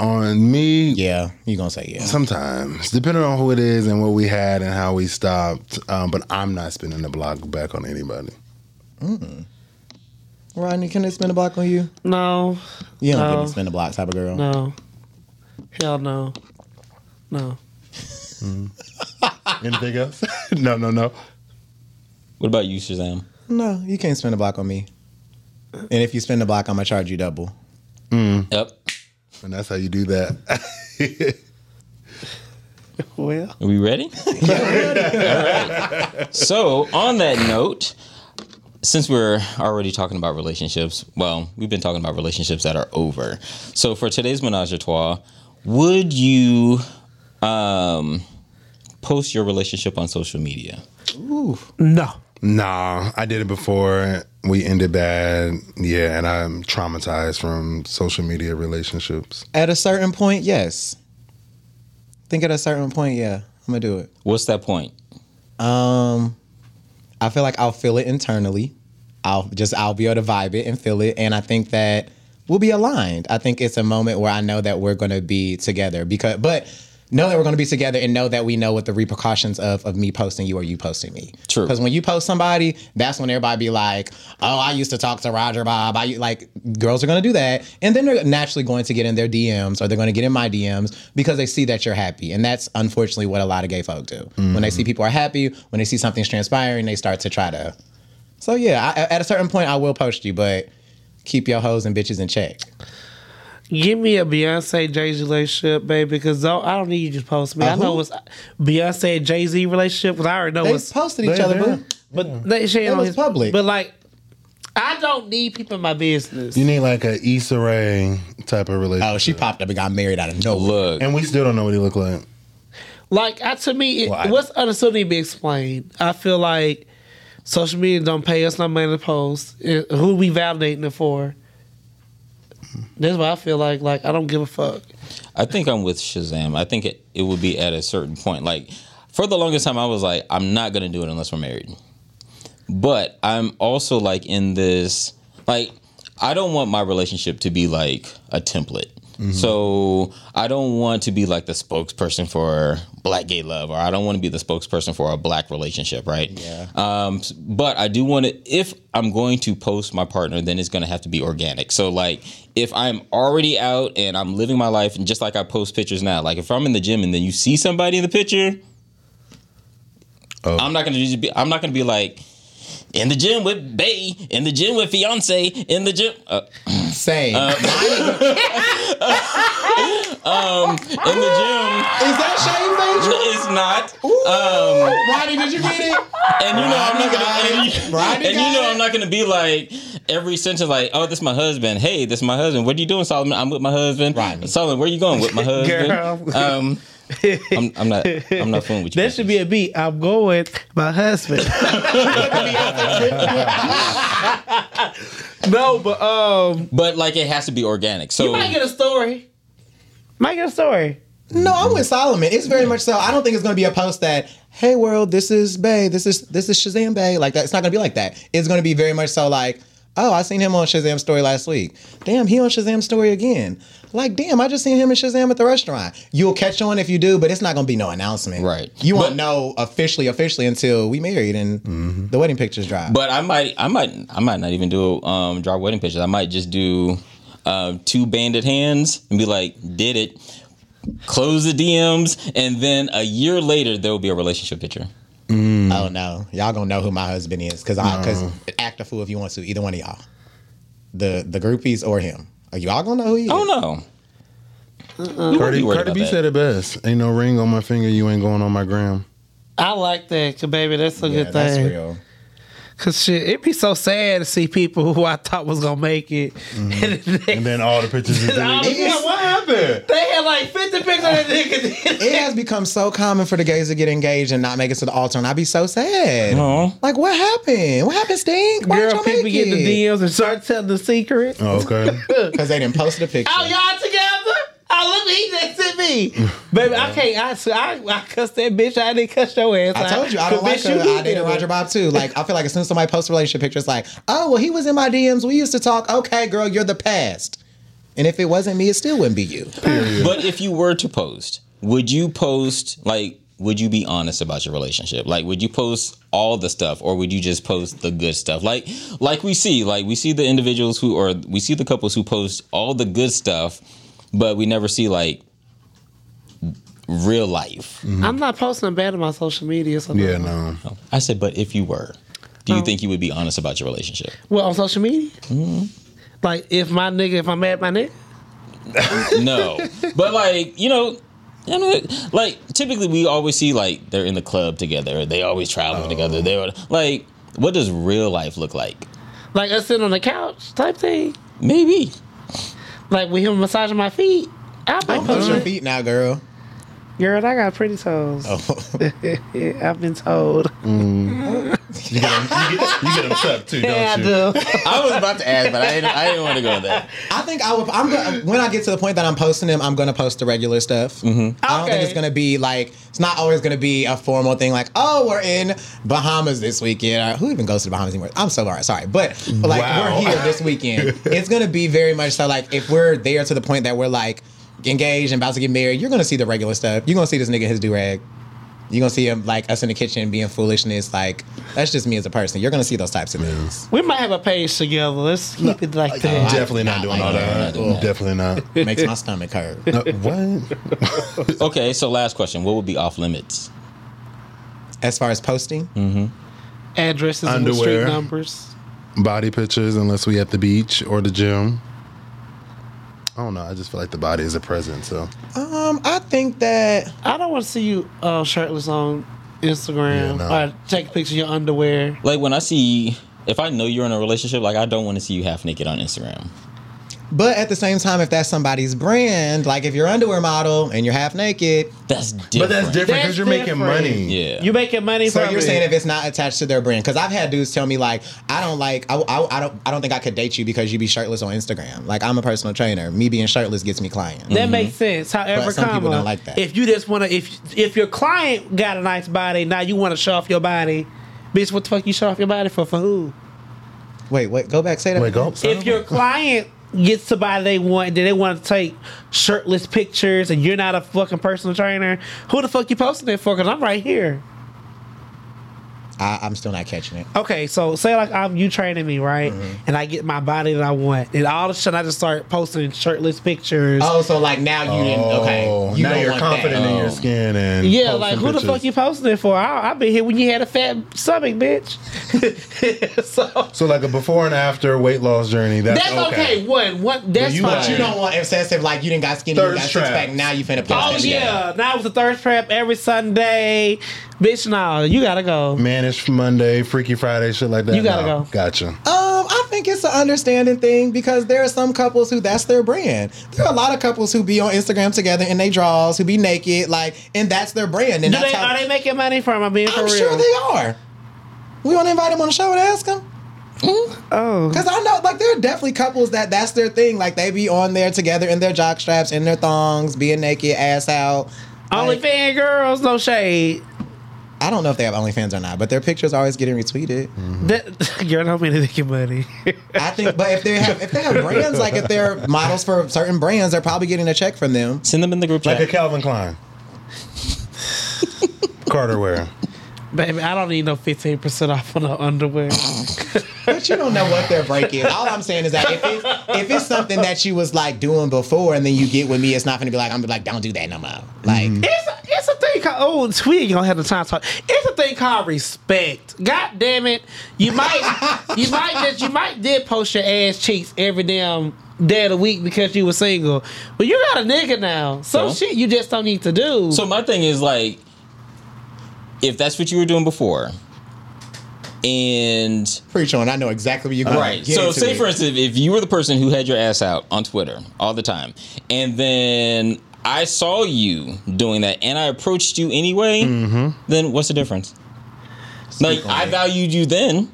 on me,
Yeah. You gonna say yeah?
Sometimes, depending on who it is and what we had and how we stopped. Um, but I'm not spinning the block back on anybody.
Rodney, can they spin the block on you?
No,
You don't give
No.
a spin the block type of girl.
no, hell no, no.
Anything else? no, no, no.
What about you, Shazam?
No, you can't spin the block on me. And if you spin the block, I'm gonna charge you double.
Yep.
And that's how you do that.
Well,
Are we ready? All right. So, on that note, since we're already talking about relationships, well, we've been talking about relationships that are over. So, for today's menage a trois, would you um, post your relationship on social media?
no.
nah, I did it before. We ended bad. Yeah, and I'm traumatized from social media relationships.
At a certain point, yes. Think at a certain point, yeah, I'm gonna do it.
What's that point?
Um, I feel like I'll feel it internally. I'll just I'll be able to vibe it and feel it, and I think that we'll be aligned. I think it's a moment where I know that we're going to be together because, but know that we're going to be together and know that we know what the repercussions of of me posting you or you posting me.
True.
Because when you post somebody, that's when everybody be like, "Oh, I used to talk to Roger Bob." I u-" like girls are going to do that, and then they're naturally going to get in their DMs or they're going to get in my DMs because they see that you're happy, and that's unfortunately what a lot of gay folk do. When they see people are happy, when they see something's transpiring, they start to try to. So yeah, I, at a certain point, I will post you, but keep your hoes and bitches in check.
Give me a Beyonce Jay Z relationship, baby, because I I don't need you to post me.
A
I know
who?
it's Beyonce and Jay Z relationship, because I already know
They
it's
posted each other,
there.
boo.
but they shit on
was
his
public.
But like, I don't need people in my business.
You need like a Issa Rae type of relationship.
Oh, she popped up and got married out of nowhere.
Look,
And we still don't know what he looked like.
Like I, to me, it,
Well, I-
what's understood need to be explained. I feel like social media don't pay us no money to post. It- who we validating it for? That's what I feel like. Like I don't give a fuck.
I think I'm with Shazam. I think it, it would be at a certain point. Like for the longest time, I was like, I'm not gonna do it unless we're married. But I'm also like in this like I don't want my relationship to be like a template. So I don't want to be like the spokesperson for black gay love, or I don't want to be the spokesperson for a black relationship, right? Yeah. Um, s- but I do want to. If I'm going to post my partner, then it's going to have to be organic. So like, if I'm already out and I'm living my life, and just like I post pictures now, like if I'm in the gym and then you see somebody in the picture,
Oh.
I'm not going to just be. I'm not going to be like. In the gym with Bay, in the gym with fiance, in the gym. Uh,
insane. Mine is a-
In the gym,
is that Shane Major?
it's not.
Um, Rodney, did you get it?
And you know I'm not
Rodney
gonna.
got
And
it.
you,
Rodney
and you
got
know
it.
I'm not gonna be like every sentence like, oh, this is my husband. Hey, this is my husband. What are you doing, Solomon? I'm with my husband.
Rodney.
Solomon, where you going with my husband?
Girl.
Um, I'm, I'm not. I'm not fooling with you.
That should be a beat. I'm going my husband. no, but um,
But like, it has to be organic. So
you might get a story. Might get a story.
No, I'm with Solomon. It's very much so. I don't think it's gonna be a post that, hey world, this is Bay, this is this is Shazam Bay. Like that. It's not gonna be like that. It's gonna be very much so like, oh, I seen him on Shazam story last week. Damn, he on Shazam story again. Like, damn, I just seen him in Shazam at the restaurant. You'll catch on if you do, but it's not gonna be no announcement.
Right.
You won't
But- Mm-hmm.
know officially, officially until we married and the wedding pictures drop.
But I might, I might, I might not even do um, drop wedding pictures. I might just do um, two banded hands and be like, did it. Close the DMs, and then a year later there will be a relationship picture.
oh no. Y'all gonna know who my husband is. Cause I cause act a fool if you want to, either one of y'all. The the groupies or him. Are y'all gonna know who he is?
I don't know.
Cardi,
be worried
Cardi
about
B
that.
said it best. Ain't no ring on my finger. You ain't going on my gram.
I like that, 'cause baby. That's a
Yeah,
good
that's
thing.
real.
Cause shit, it'd be so sad to see people who I thought was gonna make it, and then they,
And then all the pictures is
I
deleted.
was like, Oh, what?
happened?
They had like fifty pictures of that
It has become so common for the gays to get engaged and not make it to the altar, and I'd be so sad.
Aw.
Like, what happened? What happened, Stink? Why
nigga.
did
Girl,
y'all make
people get in the DMs and start telling the secret.
Oh, okay.
because they didn't post the picture.
Oh, y'all together? Oh, look, he just hit me. Baby, I can't. I, I, I cussed that bitch. I didn't cuss your ass.
I told you I don't like
Bitch,
her.
you
I dated
did.
Roger Bob too. Like I feel like as soon as somebody posts a relationship picture, it's like, oh well, he was in my DMs. We used to talk. Okay, girl, you're the past. And if it wasn't me, it still wouldn't be you.
But if you were to post, would you post like? Would you be honest about your relationship? Like, would you post all the stuff, or would you just post the good stuff? Like, like we see, like we see the individuals who, or we see the couples who post all the good stuff, but we never see like real life.
I'm not posting bad on my social media. So
Yeah, no.
I said, but if you were, do you think you would be honest about your relationship?
Well, on social media?
Mm-hmm.
Like, if my nigga, if I'm mad at my nigga?
no, but like you know. I mean, like typically we always see like they're in the club together. They always traveling together. They were like, what does real life look like?
Like, us sitting on the couch type thing?
Maybe.
Like, with him massaging my feet? I might
Post
post
your
it.
feet now, girl.
Girl, I got pretty toes.
Oh.
Yeah, I've been told.
You get them, you get, you get them tucked too, don't
Yeah, I
you? Oh,
do.
I was about to ask, but I didn't. I didn't want to go there.
I think I would. I'm gonna, when I get to the point that I'm posting them, I'm gonna post the regular stuff. I don't think
Okay.
it's gonna be like it's not always gonna be a formal thing like oh we're in Bahamas this weekend. Or, who even goes to the Bahamas anymore? I'm so sorry, sorry, but like
Wow.
we're here this weekend. it's gonna be very much so like if we're there to the point that we're like engaged and about to get married, you're gonna see the regular stuff. You're gonna see this nigga in his do rag. You're gonna see him like us in the kitchen being foolishness. Like that's just me as a person. You're gonna see those types of things.
We might have a page together. Let's keep it like that.
Definitely not doing all that. Oh, Definitely not.
Makes my stomach hurt.
Uh, what?
Okay, so last question: What would be off limits?
As far as posting.
Addresses and street
Underwear.
numbers.
Body pictures, unless we at the beach or the gym. I don't know. I just feel like the body is a present. So
Um, I think that
I don't want to see you uh, shirtless on Instagram
Yeah, no.
or take a picture of your underwear.
Like when I see, if I know you're in a relationship, like I don't want to see you half naked on Instagram.
but at the same time, if that's somebody's brand, like if you're an underwear model and you're half naked,
That's different.
but that's different
That's
because you're making
different.
money.
Yeah.
You making money
so
from
you're
it.
saying if it's not attached to their brand, because I've had dudes tell me like, I don't like, I, I, I don't, I don't think I could date you because you be shirtless on Instagram. Like I'm a personal trainer. Me being shirtless gets me clients.
that makes sense. However,
Mm-hmm. But some people
comma,
don't like that.
if you just want to, if if your client got a nice body, now you want to show off your body, bitch. What the fuck you show off your body for? For who?
Wait, wait, go back, say that.
Wait, go.
if your client gets somebody they want, then they want to take shirtless pictures, and you're not a fucking personal trainer. Who the fuck you posting it for? Because I'm right here.
I, I'm still not catching it.
Okay, so say like I'm you training me, right?
Mm-hmm.
And I get my body that I want, and all of a sudden I just start posting shirtless pictures.
Oh, so like now you didn't. Okay,
Oh,
you
now
don't
you're
want
confident
that. Oh.
in your skin and
yeah,
posting
like who the
pictures.
fuck you posting it for? I, I've been here when you had a fat stomach, bitch. so
So like a before and after weight loss journey. That's,
that's okay. One, one, that's
you
fine.
like-
But you don't want obsessive. Like you didn't got skinny,
Thirst
you got six
traps.
pack. Now you finna post.
Oh
that shit.
yeah, now was the thirst prep every Sunday, bitch. No, you gotta go.
Manish Monday, Freaky Friday, shit like that.
You gotta
No.
go.
Gotcha.
Um, I think it's an understanding thing because there are some couples who that's their brand. There are a lot of couples who be on Instagram together in they draws, who be naked, like, and that's their brand. And
Do
that's
they,
how
are they making money from? I'm being for
I'm
real.
sure they are. We want to invite them on the show and ask them.
oh,
Cause I know, like, there are definitely couples that that's their thing. Like, they be on there together in their jock straps, in their thongs, being naked, ass out.
only
Like,
fan girls, no shade.
I don't know if they have OnlyFans or not, but their pictures are always getting retweeted.
Mm. That, girl, don't mean to make you money.
I think, but if they have if they have brands, like if they're models for certain brands, they're probably getting a check from them.
Send them in the group
Like
chat.
a Calvin Klein. Carter wear.
Baby, I don't need no fifteen percent off on the underwear.
But you don't know what their break is. All I'm saying is that if it's, if it's something that you was like doing before, and then you get with me, it's not gonna be like I'm gonna be like, don't do that no more. Like,
It's a, it's a thing called oh we ain't gonna have the time to talk. It's a thing called respect. God damn it. You might you might just you might did post your ass cheeks every damn day of the week because you were single. But you got a nigga now. Some
So?
shit you just don't need to do.
So
So
my thing is like, if that's what you were doing before, and
preach on. I know exactly where you're going. Uh, Get
So
into
say
it.
for instance, if you were the person who had your ass out on Twitter all the time, and then I saw you doing that, and I approached you anyway,
Mm-hmm.
then what's the difference? Like I valued you then.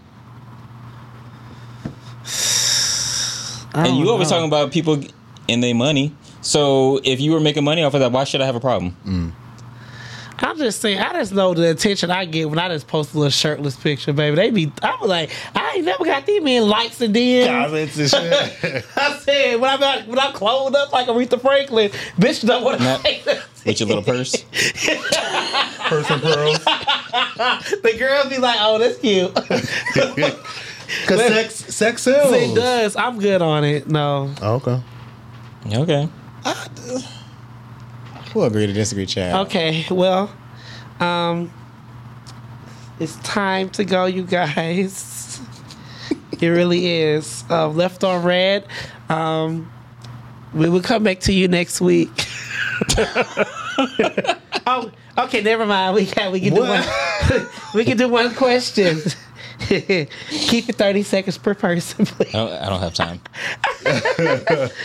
And you always talking about people and their money. So if you were making money off of that, why should I have a problem?
Mm.
I'm just saying I just know the attention I get when I just post a little shirtless picture, baby. They be I'm like, I ain't never got these men likes and DMs.
Comments and shit.
I said when I'm out, when I'm clothed up like Aretha Franklin, bitch don't want
Nah.
to
With your little purse.
Person pearls.
The girl be like, oh, that's cute.
Cause sex sex sells.
it does. I'm good on it. No.
Oh, okay.
okay.
we'll agree to disagree, Chad.
Okay. Well, um, it's time to go, you guys. It really is. Um, left on red. Um, we will come back to you next week. oh, okay. Never mind. We can we can do one. we can do one question. Keep it thirty seconds per person, please.
I don't, I don't have time.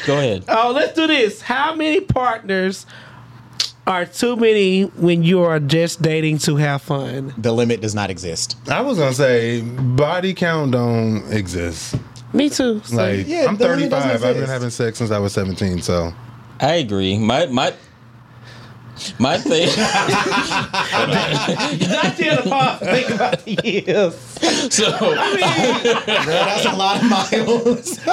Go ahead.
Oh, let's do this. How many partners are too many when you are just dating to have fun?
The limit does not exist.
I was gonna say body count don't exist.
Me too. So-
Like
Yeah,
I'm
the money doesn't
35. I've been
exist.
having sex since I was 17. So
I agree. My my my thing.
I did a pause. to Think about the years.
so
Girl, that's a lot of miles.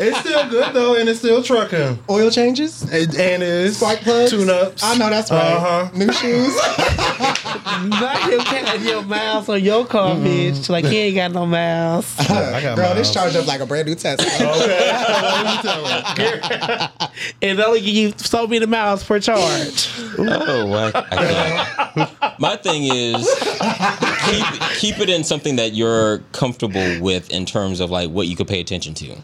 it's still good though, and it's still trucking.
Oil changes,
It, and it's
spark plugs,
tune ups.
I know that's right.
Uh-huh.
New shoes.
Not him counting your miles on your car, bitch. Like he ain't got no miles.
I got
Girl,
miles.
this charged up like a brand new Tesla.
Okay.
And they only give you so many miles per charge.
oh, I, I can't. my thing is keep keep it in something that you're comfortable with in terms of like what you could pay attention to.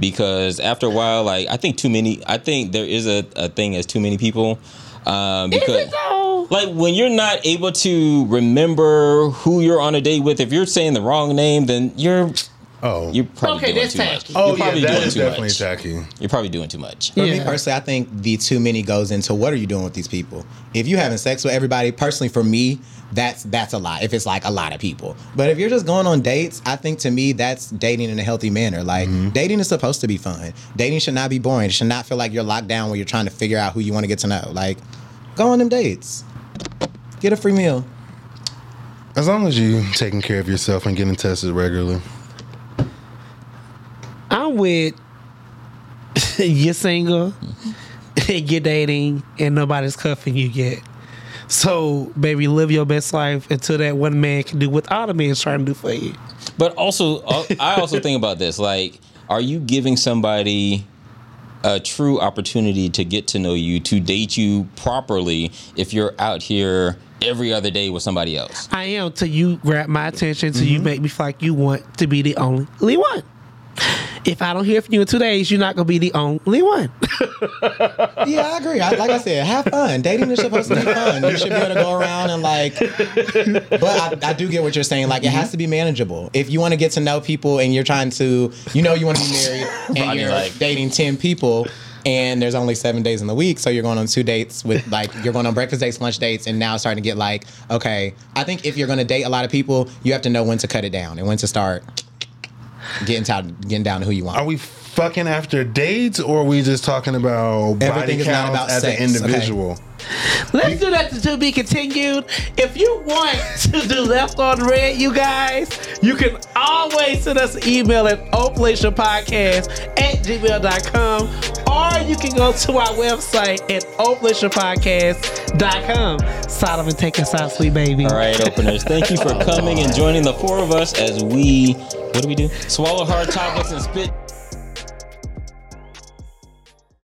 Because after a while, like I think too many. I think there is a, a thing as too many people. Um,
Is
because
it though?
like when you're not able to remember who you're on a date with, if you're saying the wrong name, then you're
oh.
you're probably
Okay,
doing
that's
too much.
tacky.
oh
you're
yeah,
probably
that
doing
is
too
definitely
much.
tacky.
You're probably doing too much.
For me
Yeah.
personally, I think the too many goes into what are you doing with these people? If you having sex with everybody, personally for me, that's that's a lot. If it's like a lot of people, but if you're just going on dates, I think to me that's dating in a healthy manner. Like dating is supposed to be fun. Dating should not be boring. It should not feel like you're locked down where you're trying to figure out who you want to get to know. Like, go on them dates, get a free meal.
As long as you taking care of yourself and getting tested regularly.
I'm with you're single, you're dating, and nobody's cuffing you yet. So, baby, live your best life until that one man can do what other man's trying to do for you.
But also, uh, I also think about this. Like, are you giving somebody a true opportunity to get to know you, to date you properly, if you're out here every other day with somebody else?
I am till you grab my attention, till you make me feel like you want to be the only one. If I don't hear from you in two days, you're not gonna be the only one.
Yeah, I agree. I, like I said, have fun. Dating is supposed to be fun. You should be able to go around and like. But I, I do get what you're saying. Like, it has to be manageable. If you want to get to know people and you're trying to, you know, you want to be married and
Rodney
you're
like-
dating ten people. And there's only seven days in the week, so you're going on two dates with like you're going on breakfast dates, lunch dates, and now it's starting to get like okay. I think if you're going to date a lot of people, you have to know when to cut it down and when to start getting down, getting down to who you want.
Are we fucking after dates or are we just talking about
Everything
body
is
counts
not about
as
sex,
an
okay.
individual?
Let's do that to be continued. If you want to do left on red, you guys, you can always send us an email at oplationpodcast at gmail.com or you can go to our website at oplationpodcast.com. Solomon, take us out, sweet baby.
All right, openers. Thank you for coming and joining the four of us as we, what do we do? Swallow hard topics and spit.